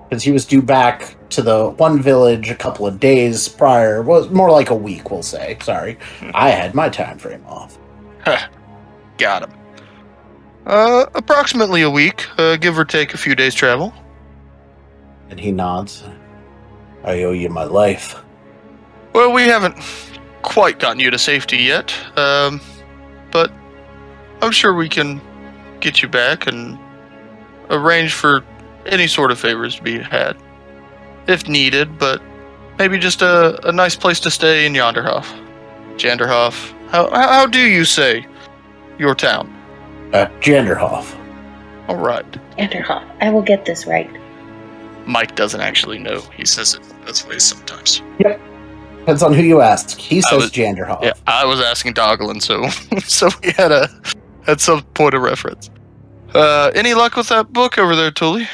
[SPEAKER 1] because he was due back to the one village a couple of days prior was more like a week we'll say sorry
[SPEAKER 2] Hmm.
[SPEAKER 1] i had my time frame off
[SPEAKER 2] Got him. Uh, approximately a week, uh, give or take a few days travel.
[SPEAKER 1] And he nods. I owe you my life.
[SPEAKER 2] Well, we haven't quite gotten you to safety yet, um, but I'm sure we can get you back and arrange for any sort of favors to be had if needed, but maybe just a, a nice place to stay in Yanderhof. Janderhof. How, how how do you say your town?
[SPEAKER 1] Uh, Janderhoff.
[SPEAKER 2] All right.
[SPEAKER 4] Yanderhoff. I will get this right.
[SPEAKER 2] Mike doesn't actually know. He says it that's way sometimes.
[SPEAKER 1] Depends on who you ask. He
[SPEAKER 2] I
[SPEAKER 1] says
[SPEAKER 2] was-
[SPEAKER 1] Janderhoff.
[SPEAKER 2] Yeah, I was asking Doglin, so so we had a had some point of reference. Uh, any luck with that book over there, Tully?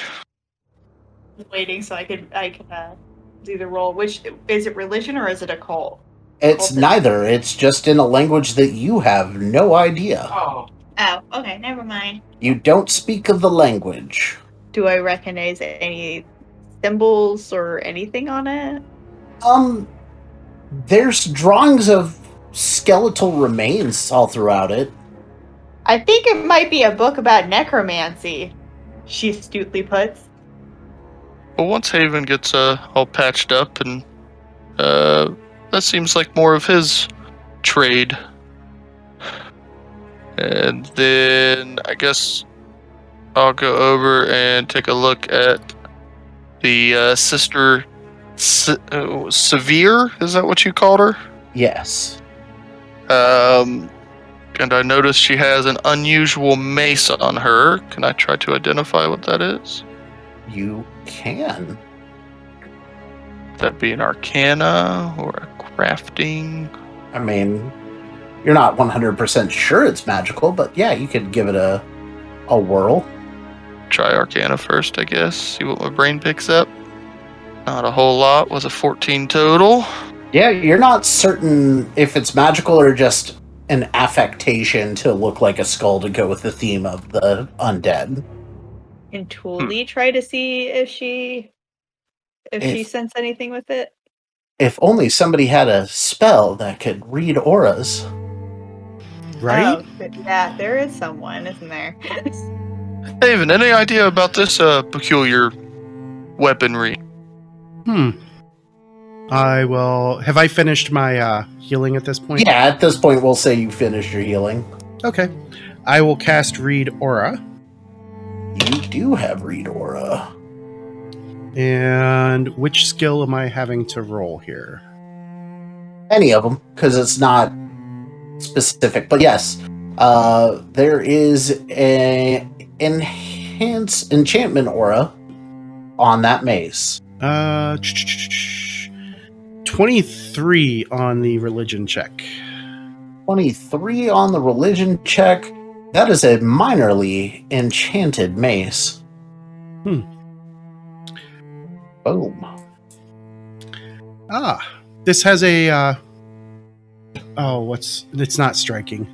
[SPEAKER 5] waiting so I could I could uh, do the roll. Which is it religion or is it a cult?
[SPEAKER 1] It's
[SPEAKER 5] Open.
[SPEAKER 1] neither. It's just in a language that you have no idea.
[SPEAKER 4] Oh.
[SPEAKER 5] Oh, okay, never mind.
[SPEAKER 1] You don't speak of the language.
[SPEAKER 5] Do I recognize any symbols or anything on it?
[SPEAKER 1] Um, there's drawings of skeletal remains all throughout it.
[SPEAKER 5] I think it might be a book about necromancy, she astutely puts.
[SPEAKER 2] But once Haven gets uh, all patched up, and uh, that seems like more of his trade. And then I guess I'll go over and take a look at the uh, sister Se- uh, Severe. Is that what you called her?
[SPEAKER 1] Yes.
[SPEAKER 2] Um, and I notice she has an unusual mace on her. Can I try to identify what that is?
[SPEAKER 1] You can.
[SPEAKER 2] That be an arcana or a crafting?
[SPEAKER 1] I mean, you're not 100% sure it's magical, but yeah, you could give it a a whirl.
[SPEAKER 2] Try arcana first, I guess. See what my brain picks up. Not a whole lot. Was a 14 total.
[SPEAKER 1] Yeah, you're not certain if it's magical or just an affectation to look like a skull to go with the theme of the undead.
[SPEAKER 5] Can Tuli try to see if she if she
[SPEAKER 1] If-
[SPEAKER 5] sense anything with it?
[SPEAKER 1] If only somebody had a spell that could read auras.
[SPEAKER 3] Right?
[SPEAKER 5] Oh, th- yeah, there is someone, isn't there?
[SPEAKER 2] Haven, any idea about this uh, peculiar weaponry?
[SPEAKER 3] Hmm. I will. Have I finished my uh, healing at this point?
[SPEAKER 1] Yeah, at this point, we'll say you finished your healing.
[SPEAKER 3] Okay. I will cast Read Aura,
[SPEAKER 1] You do have read aura.
[SPEAKER 3] and which skill am I having to roll here?
[SPEAKER 1] Any of them, because it's not specific. But yes, uh, there is a enhance enchantment aura on that maze.
[SPEAKER 3] Uh, 23 on the religion check.
[SPEAKER 1] 23 on the religion check. That is a minorly enchanted mace.
[SPEAKER 3] Hmm.
[SPEAKER 1] Boom.
[SPEAKER 3] Ah, this has a. Uh, oh, what's. It's not striking.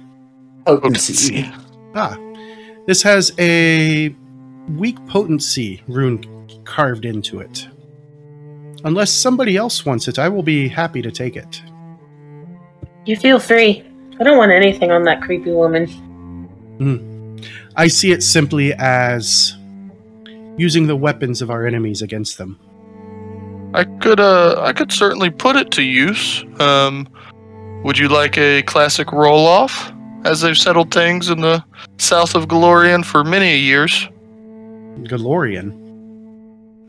[SPEAKER 1] Oh, Potency.
[SPEAKER 3] Ah, this has a weak potency rune carved into it. Unless somebody else wants it, I will be happy to take it.
[SPEAKER 4] You feel free. I don't want anything on that creepy woman.
[SPEAKER 3] I see it simply as using the weapons of our enemies against them.
[SPEAKER 2] I could, uh, I could certainly put it to use. Um, would you like a classic roll-off, as they've settled things in the south of Galorian for many years?
[SPEAKER 3] Galorian.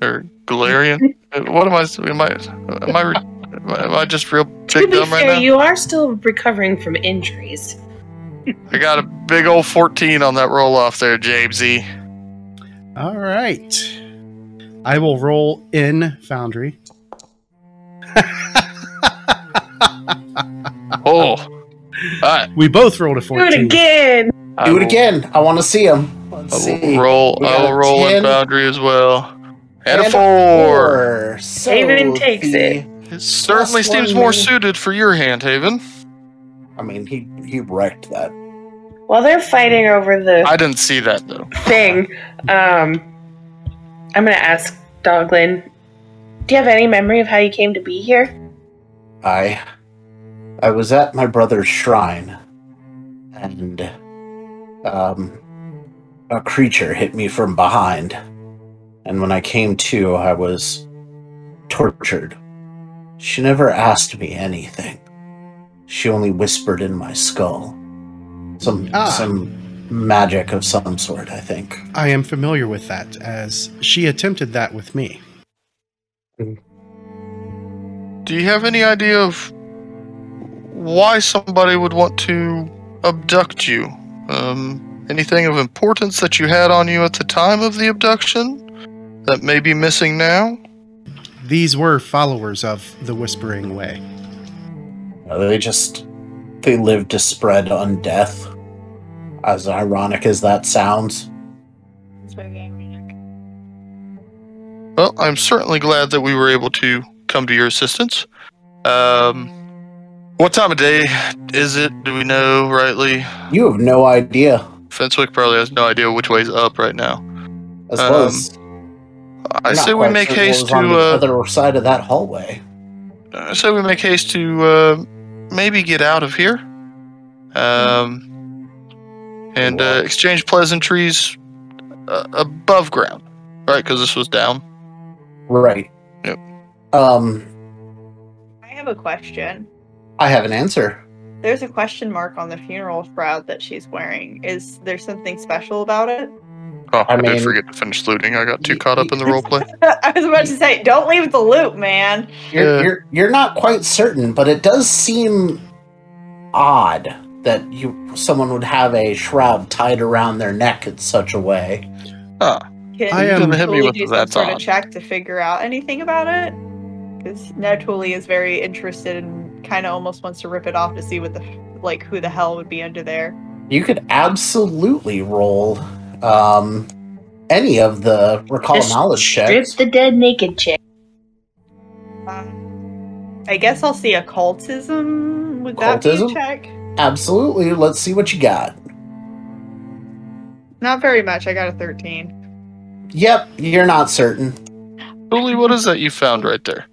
[SPEAKER 2] or Galarian. Uh, what am I? Am I? Am I? re- Am I, am I just real
[SPEAKER 4] To
[SPEAKER 2] big
[SPEAKER 4] be
[SPEAKER 2] dumb right
[SPEAKER 4] fair,
[SPEAKER 2] now?
[SPEAKER 4] you are still recovering from injuries.
[SPEAKER 2] I got a big old fourteen on that roll off there, E. Jamesy.
[SPEAKER 3] All right. I will roll in Foundry.
[SPEAKER 2] Oh, all right.
[SPEAKER 3] we both rolled a
[SPEAKER 4] Do
[SPEAKER 3] 14.
[SPEAKER 4] it again.
[SPEAKER 2] I
[SPEAKER 1] Do it
[SPEAKER 2] will-
[SPEAKER 1] again. I want to see him. Let's
[SPEAKER 2] I
[SPEAKER 1] see.
[SPEAKER 2] will roll.
[SPEAKER 1] We
[SPEAKER 2] I
[SPEAKER 1] got
[SPEAKER 2] will
[SPEAKER 1] a
[SPEAKER 2] roll
[SPEAKER 1] 10.
[SPEAKER 2] in boundary as well. And,
[SPEAKER 1] And
[SPEAKER 2] a
[SPEAKER 1] a
[SPEAKER 2] four.
[SPEAKER 1] Four. So
[SPEAKER 4] Haven takes
[SPEAKER 1] the-
[SPEAKER 4] it.
[SPEAKER 2] It certainly
[SPEAKER 1] Plus
[SPEAKER 2] seems
[SPEAKER 1] one,
[SPEAKER 2] more
[SPEAKER 1] maybe.
[SPEAKER 2] suited for your hand, Haven.
[SPEAKER 1] I mean, he he wrecked that.
[SPEAKER 4] While they're fighting over the
[SPEAKER 2] I didn't see that though.
[SPEAKER 4] thing, um, I'm gonna ask Doglin. Do you have any memory of how you came to be here?
[SPEAKER 1] I I was at my brother's shrine, and um, a creature hit me from behind, and when I came to, I was tortured. She never asked me anything. She only whispered in my skull, some
[SPEAKER 3] Ah.
[SPEAKER 1] some magic of some sort. I think.
[SPEAKER 3] I am familiar with that, as she attempted that with me.
[SPEAKER 2] Do you have any idea of why somebody would want to abduct you? Um, anything of importance that you had on you at the time of the abduction that may be missing now?
[SPEAKER 3] These were followers of the Whispering Way.
[SPEAKER 1] Uh, They just they live to spread undeath. As ironic as that sounds.
[SPEAKER 5] It's very ironic.
[SPEAKER 2] Well, I'm certainly glad that we were able to come to your assistance. Um, what time of day is it? Do we know rightly?
[SPEAKER 1] You have no idea.
[SPEAKER 2] Fenswick probably has no idea which way's up right now.
[SPEAKER 1] As well
[SPEAKER 2] Um,
[SPEAKER 1] as
[SPEAKER 2] I
[SPEAKER 1] you're not
[SPEAKER 2] say we
[SPEAKER 1] quite
[SPEAKER 2] make
[SPEAKER 1] sure what
[SPEAKER 2] haste
[SPEAKER 1] was
[SPEAKER 2] to.
[SPEAKER 1] on the
[SPEAKER 2] Uh,
[SPEAKER 1] other side of that hallway.
[SPEAKER 2] I say Uh, we make haste to uh, maybe get out of here, um, and uh, exchange pleasantries uh, above ground, right? Because this was down.
[SPEAKER 1] Right.
[SPEAKER 2] Yep.
[SPEAKER 1] Um,
[SPEAKER 5] I have a question.
[SPEAKER 1] I have an answer.
[SPEAKER 5] There's a question mark on the funeral shroud that she's wearing. Is there something special about it?
[SPEAKER 2] Oh, I,
[SPEAKER 1] I mean-
[SPEAKER 2] did forget to finish looting. I got too caught up in the role play.
[SPEAKER 5] I was about to say, don't leave the loop, man.
[SPEAKER 1] You're,
[SPEAKER 2] Yeah.
[SPEAKER 1] you're you're not quite certain, but it does seem odd that you someone would have a shroud tied around their neck in such a way.
[SPEAKER 5] Can
[SPEAKER 3] I am-
[SPEAKER 5] you
[SPEAKER 2] Hit me
[SPEAKER 5] Tuli
[SPEAKER 2] with
[SPEAKER 5] do some
[SPEAKER 2] that
[SPEAKER 5] sort of
[SPEAKER 2] on.
[SPEAKER 5] check to figure out anything about it? Because now Tuli is very interested and kind of almost wants to rip it off to see what the like who the hell would be under there.
[SPEAKER 1] You could absolutely roll um, any of the recall
[SPEAKER 6] Just
[SPEAKER 1] knowledge
[SPEAKER 6] Strip
[SPEAKER 1] checks.
[SPEAKER 6] the dead naked chick.
[SPEAKER 5] Um, I guess I'll see occultism. Would that
[SPEAKER 1] Cultism?
[SPEAKER 5] be a check?
[SPEAKER 1] Absolutely. Let's see what you got.
[SPEAKER 5] Not very much. I got a thirteen.
[SPEAKER 1] Yep, you're not certain.
[SPEAKER 2] Julie, what is that you found right there?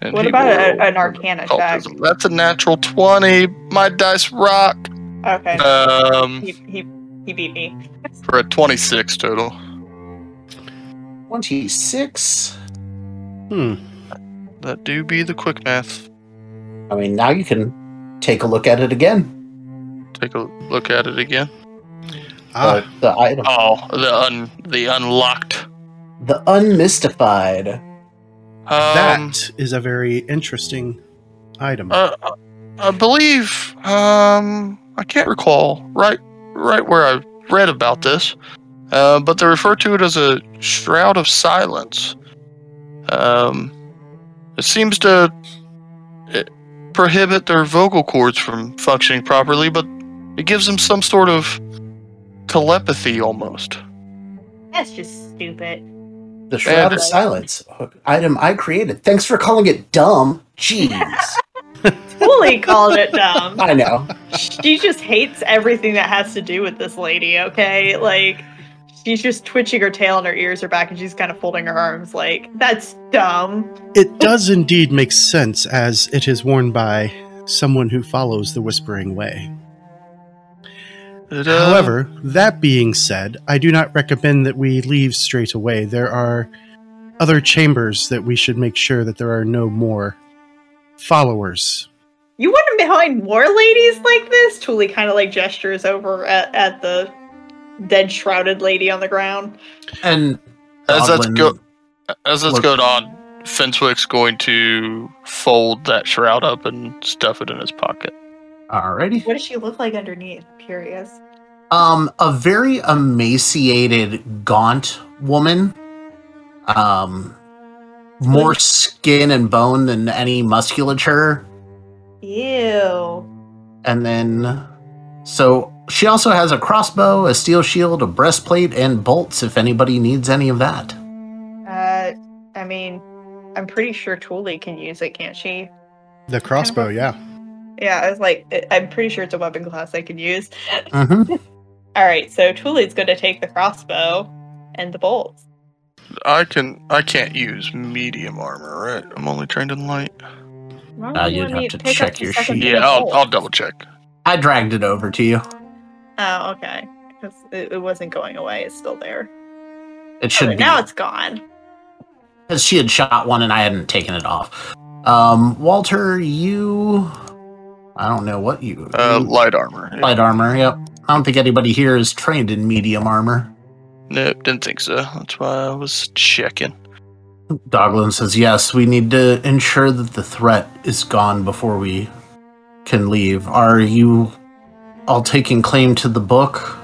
[SPEAKER 2] And
[SPEAKER 5] What
[SPEAKER 2] he
[SPEAKER 5] about
[SPEAKER 2] will-
[SPEAKER 5] a, an Arcana check?
[SPEAKER 2] occultism. That's a natural twenty. My dice rock.
[SPEAKER 5] Okay,
[SPEAKER 2] Um,
[SPEAKER 5] he, he he beat me.
[SPEAKER 2] for a twenty-six total.
[SPEAKER 1] 26.
[SPEAKER 3] Hmm.
[SPEAKER 2] That do be the quick math.
[SPEAKER 1] I mean, now you can take a look at it again.
[SPEAKER 2] Take a look at it again.
[SPEAKER 1] Uh,
[SPEAKER 3] Ah,
[SPEAKER 1] the item,
[SPEAKER 2] Oh, the un the unlocked.
[SPEAKER 1] the unmystified.
[SPEAKER 2] Um,
[SPEAKER 3] that is a very interesting item.
[SPEAKER 2] uh, I believe. Um, I can't recall right right where I read about this, uh, but they refer to it as a shroud of silence. Um, it seems to eh, prohibit their vocal cords from functioning properly, but it gives them some sort of telepathy almost.
[SPEAKER 5] That's just stupid.
[SPEAKER 1] The Shroud
[SPEAKER 2] Yeah.
[SPEAKER 1] of Silence. Item I created. Thanks for calling it dumb. Jeez.
[SPEAKER 5] Tuli called it dumb.
[SPEAKER 1] I know.
[SPEAKER 5] she just hates everything that has to do with this lady, okay? Like she's just twitching her tail and her ears are back and she's kind of folding her arms like that's dumb.
[SPEAKER 3] It does indeed make sense as it is worn by someone who follows the Whispering Way.
[SPEAKER 2] It, uh,
[SPEAKER 3] However, that being said, I do not recommend that we leave straight away. There are other chambers that we should make sure that there are no more followers.
[SPEAKER 5] You wouldn't behind more ladies like this? Tuli kind of like gestures over at, at the dead shrouded lady on the ground.
[SPEAKER 1] And
[SPEAKER 2] as that's
[SPEAKER 1] Goblin-
[SPEAKER 2] go As that's
[SPEAKER 1] Look-
[SPEAKER 2] going on, Fenswick's going to fold that shroud up and stuff it in his pocket.
[SPEAKER 1] Alrighty.
[SPEAKER 5] What does she look like underneath? I'm curious.
[SPEAKER 1] Um, a very emaciated, gaunt woman. Um, more skin and bone than any musculature.
[SPEAKER 5] Ew.
[SPEAKER 1] And then, so she also has a crossbow, a steel shield, a breastplate, and bolts if anybody needs any of that.
[SPEAKER 5] Uh I mean, I'm pretty sure Tuli can use it, can't she?
[SPEAKER 3] The crossbow, yeah.
[SPEAKER 5] Yeah, I was like, I- I'm pretty sure it's a weapon class I can use.
[SPEAKER 1] Mm-hmm.
[SPEAKER 5] All right, so Tuli's going to take the crossbow and the bolts.
[SPEAKER 2] I can I can't use medium armor, right? I'm only trained in light.
[SPEAKER 5] Why
[SPEAKER 1] Uh,
[SPEAKER 5] would you
[SPEAKER 1] you'd
[SPEAKER 5] want
[SPEAKER 1] have
[SPEAKER 5] me
[SPEAKER 1] to
[SPEAKER 5] pick up
[SPEAKER 1] check
[SPEAKER 5] the
[SPEAKER 1] your
[SPEAKER 5] second
[SPEAKER 1] sheet.
[SPEAKER 5] thing
[SPEAKER 2] Yeah,
[SPEAKER 5] of
[SPEAKER 2] I'll,
[SPEAKER 5] bolts?
[SPEAKER 2] I'll double check.
[SPEAKER 1] I dragged it over to you.
[SPEAKER 5] Oh, okay. 'Cause It, it wasn't going away. It's still there.
[SPEAKER 1] It
[SPEAKER 5] Oh,
[SPEAKER 1] should
[SPEAKER 5] but
[SPEAKER 1] be
[SPEAKER 5] now it's gone.
[SPEAKER 1] because she had shot one and I hadn't taken it off. Um, Walter, you, I don't know what you
[SPEAKER 2] Uh,
[SPEAKER 1] you-
[SPEAKER 2] light armor. Yeah.
[SPEAKER 1] light armor. Yep. I don't think anybody here is trained in medium armor.
[SPEAKER 2] Nope, didn't think so. That's why I was checking.
[SPEAKER 1] Doglin says yes. We need to ensure that the threat is gone before we can leave. Are you all taking claim to the book?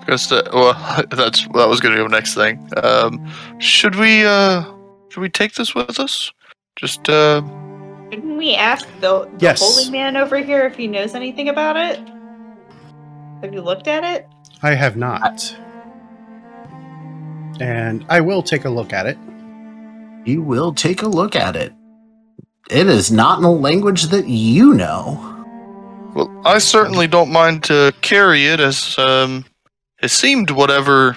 [SPEAKER 2] Because that, well, that's that was gonna be my next thing. Um, should we uh, should we take this with us? Just uh,
[SPEAKER 5] Didn't we ask the, the
[SPEAKER 3] Yes.
[SPEAKER 5] holy man over here if he knows anything about it? Have you looked at it?
[SPEAKER 3] I have not. And I will take a look at it.
[SPEAKER 1] You will take a look at it. It is not in a language that you know.
[SPEAKER 2] Well, I certainly don't mind to carry it, as um, it seemed whatever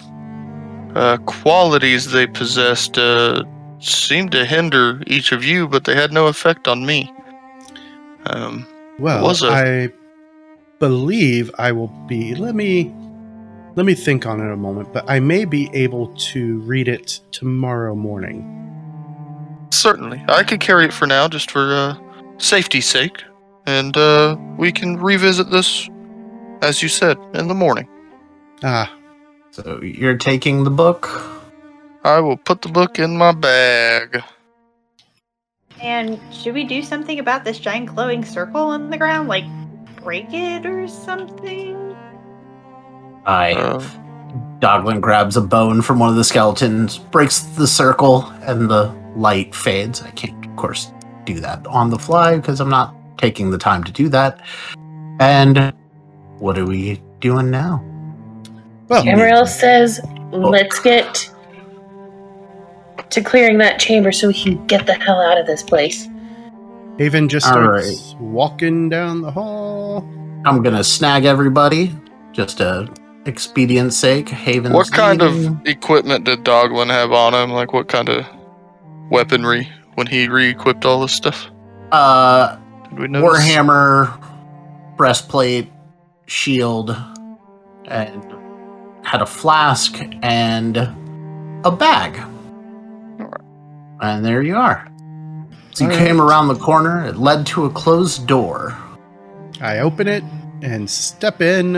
[SPEAKER 2] uh, qualities they possessed uh, seemed to hinder each of you, but they had no effect on me. Um,
[SPEAKER 3] Well,
[SPEAKER 2] Was a-
[SPEAKER 3] I believe I will be. Let me let me think on it a moment, but I may be able to read it tomorrow morning.
[SPEAKER 2] certainly, I could carry it for now, just for uh, safety's sake, and uh, we can revisit this, as you said, in the morning.
[SPEAKER 3] Ah,
[SPEAKER 1] So you're taking the book.
[SPEAKER 2] I will put the book in my bag.
[SPEAKER 5] And should we do something about this giant glowing circle on the ground? Like break it or something?
[SPEAKER 1] I
[SPEAKER 2] Uh.
[SPEAKER 1] Doglin grabs a bone from one of the skeletons, breaks the circle, and the light fades. I can't, of course, do that on the fly because I'm not taking the time to do that. And what are we doing now?
[SPEAKER 3] well,
[SPEAKER 4] Amaryl says, let's get to clearing that chamber so we can get the hell out of this place.
[SPEAKER 3] Haven just
[SPEAKER 1] All
[SPEAKER 3] starts walking down the hall.
[SPEAKER 1] I'm gonna snag everybody, just a expedient's sake. Haven.
[SPEAKER 2] What kind of equipment did Doglin have on him? Like, what kind of weaponry when he re equipped all this stuff?
[SPEAKER 1] uh
[SPEAKER 2] Did we notice?
[SPEAKER 1] warhammer breastplate, shield, and had a flask and a bag. And there you are. So you
[SPEAKER 3] All
[SPEAKER 1] came
[SPEAKER 3] right.
[SPEAKER 1] around the corner. It led to a closed door.
[SPEAKER 3] I open it and step in,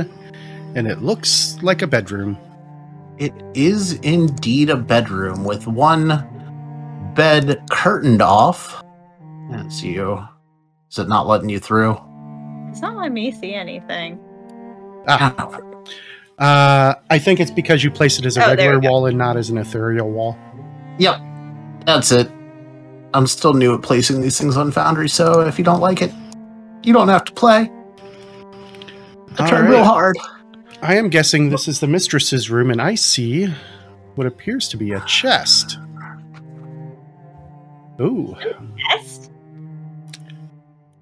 [SPEAKER 3] and it looks like a bedroom.
[SPEAKER 1] It is indeed a bedroom with one bed curtained off. Can't see you. Is it not letting you through?
[SPEAKER 5] It's not letting me see anything.
[SPEAKER 1] Ah,
[SPEAKER 3] Uh, I think it's because you place it as a
[SPEAKER 5] Oh, there
[SPEAKER 3] regular
[SPEAKER 5] we go.
[SPEAKER 3] wall and not as an ethereal wall.
[SPEAKER 1] yep. That's it. I'm still new at placing these things on Foundry, so if you don't like it, you don't have to play. I
[SPEAKER 3] All
[SPEAKER 1] tried
[SPEAKER 3] right.
[SPEAKER 1] real hard.
[SPEAKER 3] I am guessing this is the mistress's room, and I see what appears to be a chest. Ooh,
[SPEAKER 5] Yes.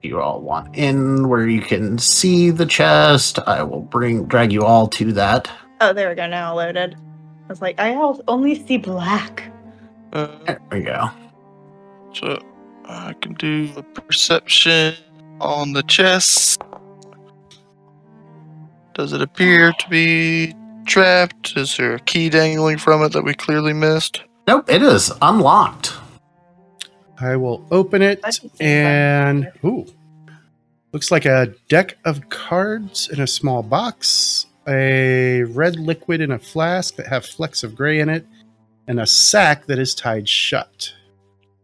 [SPEAKER 1] You all want in where you can see the chest. I will bring drag you all to that.
[SPEAKER 5] Oh, there we go. Now it loaded. I was like, I al- only see black.
[SPEAKER 2] Uh,
[SPEAKER 1] There we go.
[SPEAKER 2] so I can do a perception on the chest. Does it appear to be trapped? Is there a key dangling from it that we clearly missed?
[SPEAKER 1] Nope, it is unlocked.
[SPEAKER 3] I will open it
[SPEAKER 5] I can see
[SPEAKER 3] and ooh, looks like a deck of cards in a small box, a red liquid in a flask that have flecks of gray in it, and a sack that is tied shut.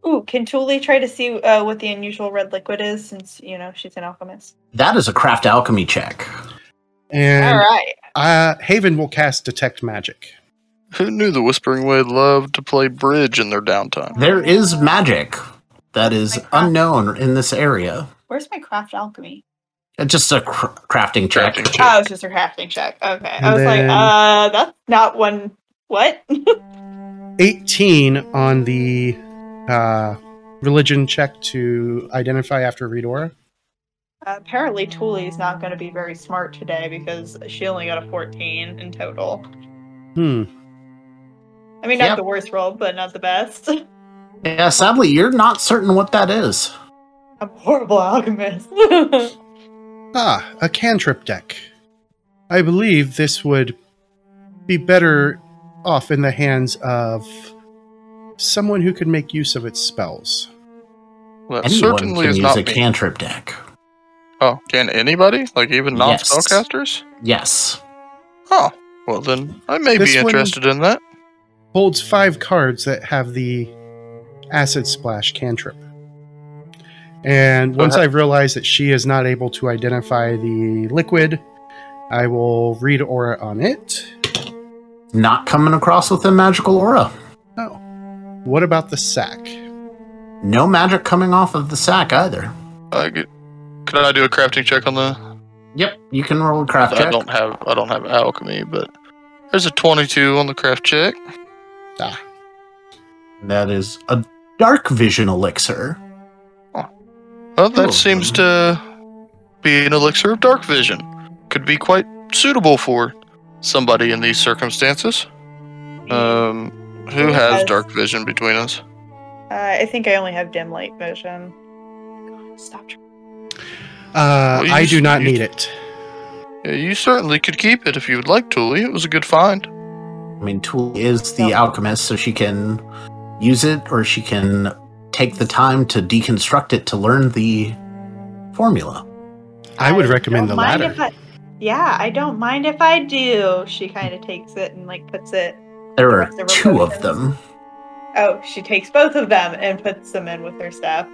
[SPEAKER 5] Ooh, can Tuli try to see uh, what the unusual red liquid is since, you know, she's an alchemist?
[SPEAKER 1] That is a craft alchemy check.
[SPEAKER 3] And
[SPEAKER 5] All right.
[SPEAKER 3] uh, Haven will cast detect magic.
[SPEAKER 2] Who knew the Whispering Wood loved to play bridge in their downtime?
[SPEAKER 1] There is magic that is unknown in this area.
[SPEAKER 5] Where's my craft alchemy?
[SPEAKER 1] Uh, Just a cr- crafting check.
[SPEAKER 2] Crafting check.
[SPEAKER 5] Oh, it's just a crafting check. Okay.
[SPEAKER 3] And
[SPEAKER 5] I was
[SPEAKER 3] then-
[SPEAKER 5] like, uh, that's not one. What?
[SPEAKER 3] 18 on the uh, religion check to identify after Redora.
[SPEAKER 5] Apparently, Tuli's not going to be very smart today because she only got a 14 in total.
[SPEAKER 3] Hmm.
[SPEAKER 5] I mean, not
[SPEAKER 1] Yep.
[SPEAKER 5] the worst roll, but not the best.
[SPEAKER 1] Yeah, sadly, you're not certain what that is.
[SPEAKER 5] I'm a horrible alchemist. Uh,
[SPEAKER 3] Ah, a cantrip deck. I believe this would be better off in the hands of someone who can make use of its spells.
[SPEAKER 2] Well, that
[SPEAKER 1] Anyone
[SPEAKER 2] certainly
[SPEAKER 1] can
[SPEAKER 2] is
[SPEAKER 1] use
[SPEAKER 2] not
[SPEAKER 1] a
[SPEAKER 2] me.
[SPEAKER 1] cantrip deck.
[SPEAKER 2] Oh, can anybody? Like even non
[SPEAKER 1] Yes.
[SPEAKER 2] spellcasters?
[SPEAKER 1] Yes.
[SPEAKER 2] Oh, well then I may
[SPEAKER 3] This
[SPEAKER 2] be
[SPEAKER 3] one-
[SPEAKER 2] interested in that.
[SPEAKER 3] Holds five cards that have the acid splash cantrip. And once
[SPEAKER 2] Okay.
[SPEAKER 3] I realize that she is not able to identify the liquid, I will read aura on it.
[SPEAKER 1] Not coming across with a magical aura.
[SPEAKER 3] Oh. What about the sack?
[SPEAKER 1] No magic coming off of the sack either.
[SPEAKER 2] I get, could I do a crafting check on the
[SPEAKER 1] Yep, you can roll a craft
[SPEAKER 2] I
[SPEAKER 1] check.
[SPEAKER 2] don't have I don't have alchemy, but there's a twenty two on the craft check.
[SPEAKER 1] That is a dark vision elixir.
[SPEAKER 2] Oh, Well, that seems to be an elixir of dark vision. Could be quite suitable for somebody in these circumstances.
[SPEAKER 3] Uh,
[SPEAKER 2] Um, who
[SPEAKER 5] Who
[SPEAKER 2] has
[SPEAKER 5] has-
[SPEAKER 2] dark vision between us?
[SPEAKER 5] Uh, I think I only have dim light vision. Stop. tr-
[SPEAKER 3] Uh,
[SPEAKER 2] you
[SPEAKER 3] I do
[SPEAKER 2] s-
[SPEAKER 3] not
[SPEAKER 2] you-
[SPEAKER 3] need it.
[SPEAKER 2] Yeah, you certainly could keep it if you would like, Tuli. It was a good find.
[SPEAKER 1] I mean, Tool is the
[SPEAKER 5] Yep.
[SPEAKER 1] alchemist, so she can use it or she can take the time to deconstruct it to learn the formula.
[SPEAKER 3] I would recommend
[SPEAKER 5] don't
[SPEAKER 3] the
[SPEAKER 5] mind
[SPEAKER 3] latter.
[SPEAKER 5] if I- yeah, I don't mind if I do. She kind of takes it and like puts it.
[SPEAKER 1] There are
[SPEAKER 5] That's the
[SPEAKER 1] two of
[SPEAKER 5] revolution.
[SPEAKER 1] them.
[SPEAKER 5] Oh, she takes both of them and puts them in with her stuff.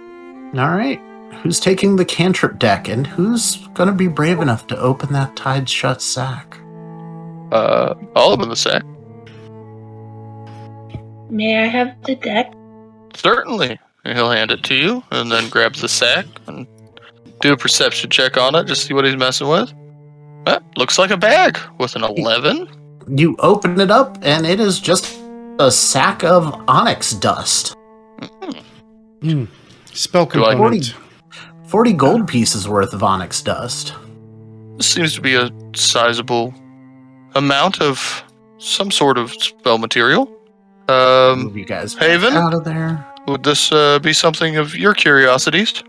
[SPEAKER 1] All right. Who's taking the cantrip deck and who's going to be brave enough to open that tied shut sack?
[SPEAKER 2] Uh, all of them in the sack.
[SPEAKER 4] May I have the deck?
[SPEAKER 2] Certainly. And He'll hand it to you and then grab the sack and do a perception check on it, just see what he's messing with. Well, looks like a bag with an 11.
[SPEAKER 1] You open it up and it is just a sack of onyx dust.
[SPEAKER 3] Hmm. Spell
[SPEAKER 2] Do I-
[SPEAKER 3] component.
[SPEAKER 1] 40 gold pieces worth of onyx dust.
[SPEAKER 2] This seems to be a sizable amount of some sort of spell material. Um,
[SPEAKER 1] Move you guys
[SPEAKER 2] Haven?
[SPEAKER 1] out of there.
[SPEAKER 2] would this uh, be something of your curiosities?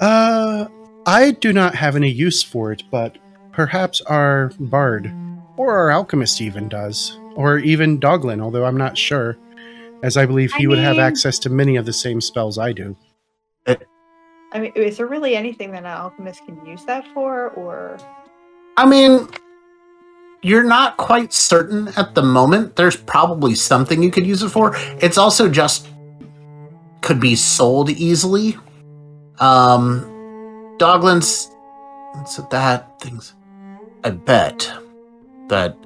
[SPEAKER 3] Uh, I do not have any use for it, but perhaps our bard or our alchemist even does, or even Doglin, although I'm not sure, as I believe he
[SPEAKER 5] I
[SPEAKER 3] would have
[SPEAKER 5] mean-
[SPEAKER 3] access to many of the same spells I do.
[SPEAKER 5] I mean, is there really anything that an alchemist can use that for? Or
[SPEAKER 1] I mean, you're not quite certain at the moment. There's probably something you could use it for. It's also just could be sold easily. Um, Doglin's so that things. I bet that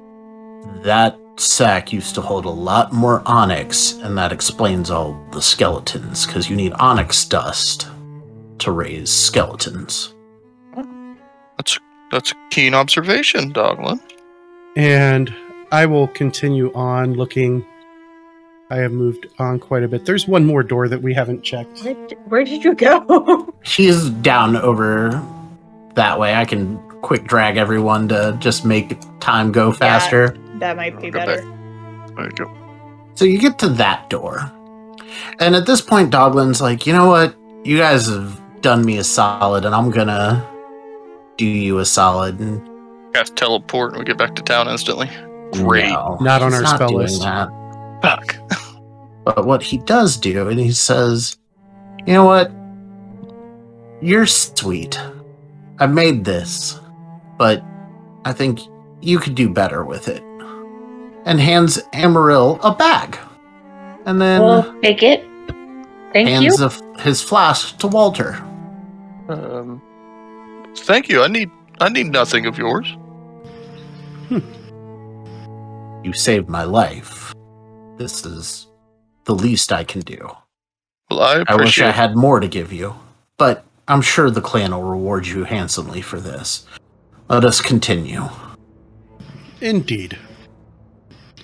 [SPEAKER 1] that sack used to hold a lot more onyx, and that explains all the skeletons because you need onyx dust to raise skeletons.
[SPEAKER 2] That's a keen observation, Doglin.
[SPEAKER 3] And I will continue on looking. I have moved on quite a bit. There's one more door that we haven't checked.
[SPEAKER 4] Where did you go?
[SPEAKER 1] She's down over that way. I can quick drag everyone to just make time go faster.
[SPEAKER 5] that might be
[SPEAKER 2] Go back.
[SPEAKER 5] better.
[SPEAKER 2] There you go.
[SPEAKER 1] So you get to that door. And at this point, Doglin's like, you know what? You guys have done me a solid, and I'm gonna do you a solid. And
[SPEAKER 2] Got to teleport and we get back to town instantly. Great.
[SPEAKER 1] No,
[SPEAKER 3] Not on
[SPEAKER 1] he's
[SPEAKER 3] our spell
[SPEAKER 1] doing
[SPEAKER 3] list.
[SPEAKER 1] that.
[SPEAKER 2] Fuck.
[SPEAKER 1] But what he does do, and he says, You know what? You're sweet. I made this, but I think you could do better with it. And hands Amaryl a bag. And then
[SPEAKER 4] We'll take it. Thank you.
[SPEAKER 1] hands the f his flask to Walter.
[SPEAKER 2] Um, thank you. I need I need nothing of yours.
[SPEAKER 1] You saved my life. This is the least I can do.
[SPEAKER 2] Well, I
[SPEAKER 1] I wish
[SPEAKER 2] appreciate.
[SPEAKER 1] I had more to give you, but I'm sure the clan will reward you handsomely for this. Let us continue.
[SPEAKER 3] Indeed.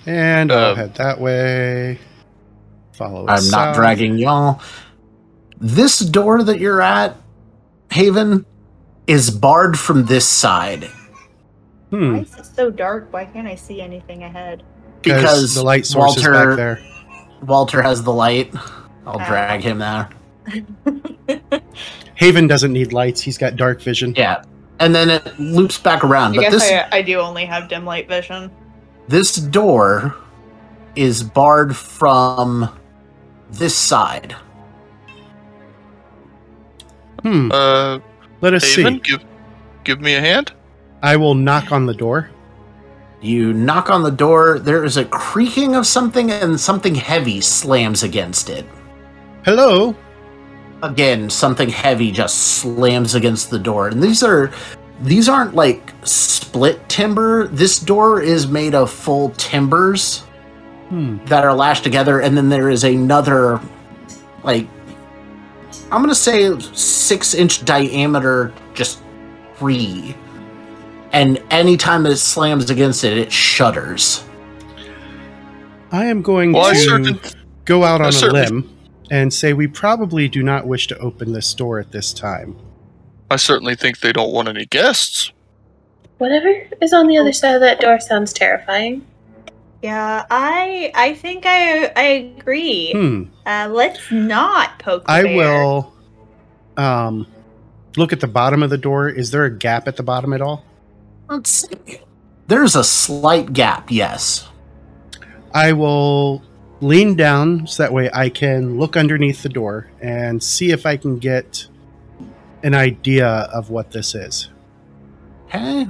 [SPEAKER 3] And I'll
[SPEAKER 2] Um,
[SPEAKER 3] head that way. Follow. it
[SPEAKER 1] Uh, I'm not
[SPEAKER 3] south.
[SPEAKER 1] dragging y'all. This door that you're at, Haven, is barred from this side
[SPEAKER 3] Hmm.
[SPEAKER 5] Why is it so dark? Why can't I see anything ahead?
[SPEAKER 1] because
[SPEAKER 3] the light source
[SPEAKER 1] Walter
[SPEAKER 3] is back there.
[SPEAKER 1] Walter has the light. I'll
[SPEAKER 5] Ah.
[SPEAKER 1] drag him there.
[SPEAKER 3] Haven doesn't need lights. He's got dark vision.
[SPEAKER 1] Yeah, and then it loops back around.
[SPEAKER 5] I
[SPEAKER 1] But
[SPEAKER 5] guess
[SPEAKER 1] this
[SPEAKER 5] I, I do only have dim light vision.
[SPEAKER 1] this door is barred from this side.
[SPEAKER 3] Hmm.
[SPEAKER 2] Uh,
[SPEAKER 3] Let us
[SPEAKER 2] Haven,
[SPEAKER 3] see.
[SPEAKER 2] give give me a hand.
[SPEAKER 3] I will knock on the door.
[SPEAKER 1] You knock on the door. There is a creaking of something, and something heavy slams against it.
[SPEAKER 3] Hello.
[SPEAKER 1] again something heavy just slams against the door and these are these aren't like split timber this door is made of full timbers
[SPEAKER 3] Hmm.
[SPEAKER 1] that are lashed together and then there is another like i'm gonna say six inch diameter just free and anytime it slams against it it shudders
[SPEAKER 3] I am going
[SPEAKER 2] Well, I
[SPEAKER 3] to
[SPEAKER 2] certain
[SPEAKER 3] go out
[SPEAKER 2] I
[SPEAKER 3] on a
[SPEAKER 2] certainly-
[SPEAKER 3] limb and say, We probably do not wish to open this door at this time.
[SPEAKER 2] I certainly think they don't want any guests.
[SPEAKER 4] Whatever is on the other side of that door sounds terrifying.
[SPEAKER 5] Yeah, I I think I I agree.
[SPEAKER 3] Hmm.
[SPEAKER 5] Uh, let's not poke. The
[SPEAKER 3] I
[SPEAKER 5] bear.
[SPEAKER 3] will um, look at the bottom of the door. Is there a gap at the bottom at all?
[SPEAKER 1] Let's see. There's a slight gap, yes.
[SPEAKER 3] I will lean down so that way I can look underneath the door and see if I can get an idea of what this is.
[SPEAKER 1] Okay.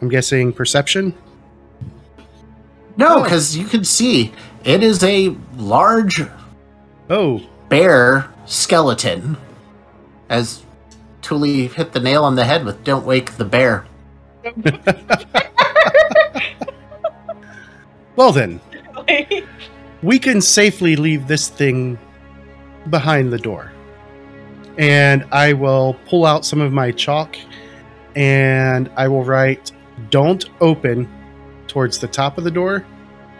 [SPEAKER 3] I'm guessing perception.
[SPEAKER 1] No, because you can see it is a large
[SPEAKER 3] Oh,
[SPEAKER 1] bear skeleton. As Tuli hit the nail on the head with Don't Wake the Bear.
[SPEAKER 3] well then, we can safely leave this thing behind the door. And I will pull out some of my chalk and I will write don't open towards the top of the door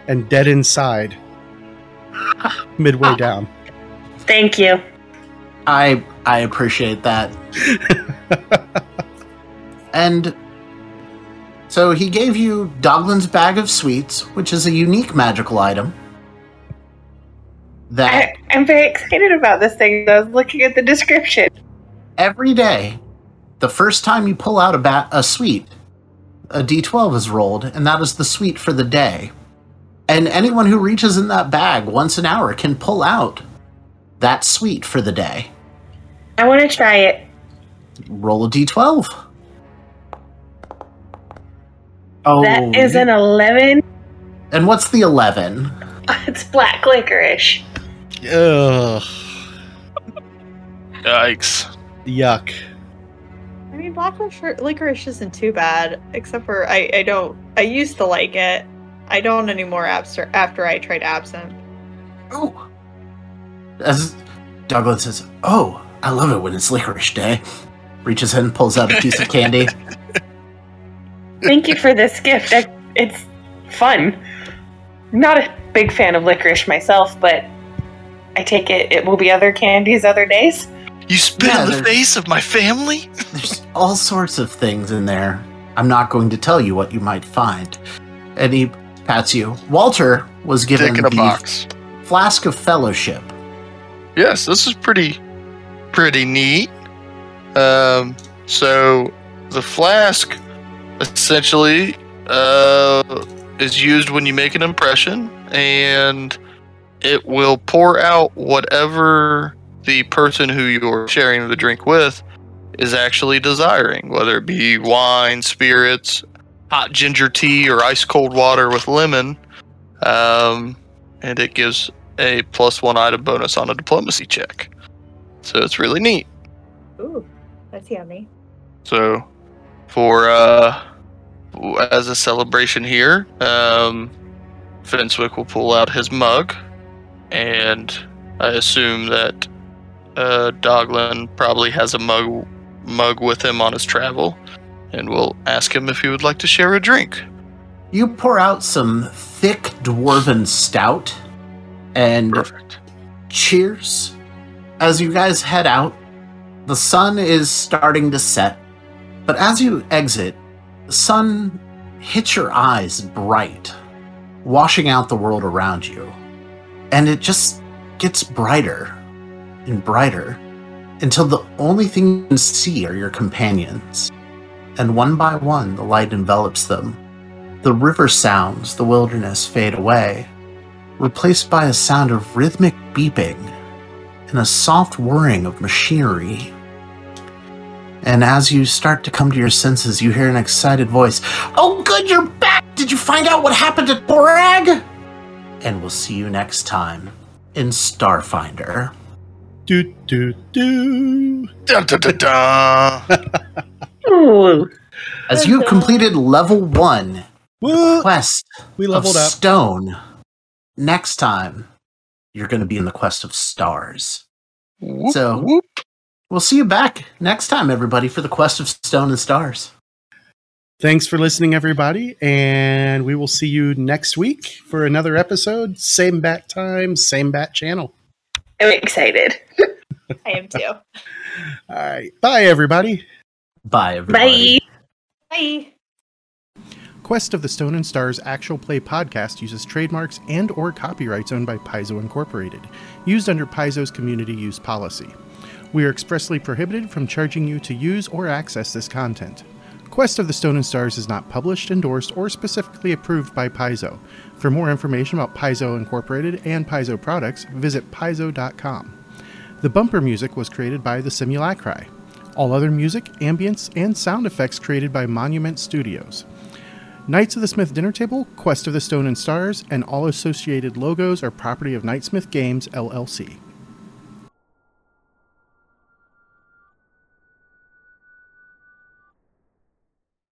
[SPEAKER 3] and dead inside midway down.
[SPEAKER 4] Thank you.
[SPEAKER 1] I I appreciate that. and so he gave you Doglin's bag of sweets, which is a unique magical item. That
[SPEAKER 4] I, I'm very excited about this thing. I was looking at the description.
[SPEAKER 1] every day, the first time you pull out a bat a sweet, a d12 is rolled, and that is the sweet for the day. And anyone who reaches in that bag once an hour can pull out that sweet for the day.
[SPEAKER 4] I want to try it.
[SPEAKER 1] Roll a d12. Oh,
[SPEAKER 4] That is
[SPEAKER 1] you-
[SPEAKER 4] an 11.
[SPEAKER 1] And what's the 11?
[SPEAKER 4] It's black licorice.
[SPEAKER 3] Ugh,
[SPEAKER 2] Yikes.
[SPEAKER 3] yuck.
[SPEAKER 5] I mean, black licor- licorice isn't too bad, except for I I don't I used to like it. I don't anymore after after I tried absinthe.
[SPEAKER 1] Oh. As Douglas says, Oh, I love it when it's licorice day. Reaches in, pulls out a piece of candy.
[SPEAKER 4] Thank you for this gift. I, it's fun. Not a big fan of licorice myself, but I take it it will be other candies other days.
[SPEAKER 2] You spit
[SPEAKER 1] Yeah,
[SPEAKER 2] in the
[SPEAKER 1] they're-
[SPEAKER 2] face of my family?
[SPEAKER 1] There's all sorts of things in there. I'm not going to tell you what you might find. And he pats you. Walter was given
[SPEAKER 2] Dick in a
[SPEAKER 1] the
[SPEAKER 2] box.
[SPEAKER 1] flask of fellowship.
[SPEAKER 2] Yes, this is pretty pretty neat. Um so the flask essentially uh is used when you make an impression and it will pour out whatever the person who you're sharing the drink with is actually desiring, whether it be wine, spirits, hot ginger tea, or ice cold water with lemon. Um, and it gives a plus one item bonus on a diplomacy check. So it's really neat.
[SPEAKER 5] Ooh, that's yummy.
[SPEAKER 2] So for uh as a celebration here, um Fenswick will pull out his mug and I assume that uh Doglin probably has a mug mug with him on his travel and we'll ask him if he would like to share a drink.
[SPEAKER 1] You pour out some thick dwarven stout and
[SPEAKER 2] Perfect.
[SPEAKER 1] cheers as you guys head out. The sun is starting to set, but as you exit, the sun hits your eyes bright, washing out the world around you. And it just gets brighter and brighter until the only thing you can see are your companions. And one by one, the light envelops them. The river sounds, the wilderness fade away, replaced by a sound of rhythmic beeping and a soft whirring of machinery. And as you start to come to your senses, you hear an excited voice Oh, good, you're back! Did you find out what happened at Borag? And we'll see you next time in Starfinder.
[SPEAKER 3] Do do do.
[SPEAKER 2] Dun, dun, dun, dun.
[SPEAKER 4] Ooh.
[SPEAKER 1] As you have completed level one
[SPEAKER 3] Woo!
[SPEAKER 1] quest
[SPEAKER 3] We
[SPEAKER 1] of
[SPEAKER 3] leveled up.
[SPEAKER 1] stone, next time you're going to be in the quest of stars.
[SPEAKER 2] Whoop,
[SPEAKER 1] So-
[SPEAKER 2] whoop.
[SPEAKER 1] We'll see you back next time, everybody, for the quest of stone and stars.
[SPEAKER 3] Thanks for listening, everybody, and we will see you next week for another episode. Same bat time, same bat channel.
[SPEAKER 4] I'm excited.
[SPEAKER 5] I am too.
[SPEAKER 3] All right. Bye, everybody.
[SPEAKER 6] Bye,
[SPEAKER 4] Bye.
[SPEAKER 6] everybody.
[SPEAKER 5] Bye.
[SPEAKER 3] Quest of the Stone and Stars actual play podcast uses trademarks and or copyrights owned by Paizo Incorporated, used under Paizo's community use policy. We are expressly prohibited from charging you to use or access this content. Quest of the Stone and Stars is not published, endorsed, or specifically approved by Paizo. For more information about Paizo Incorporated and Paizo products, visit paizo.com. The bumper music was created by the Simulacri. All other music, ambience, and sound effects created by Monument Studios. Knights of the Smith Dinner Table, Quest of the Stone and Stars, and all associated logos are property of Knightsmith Games, LLC.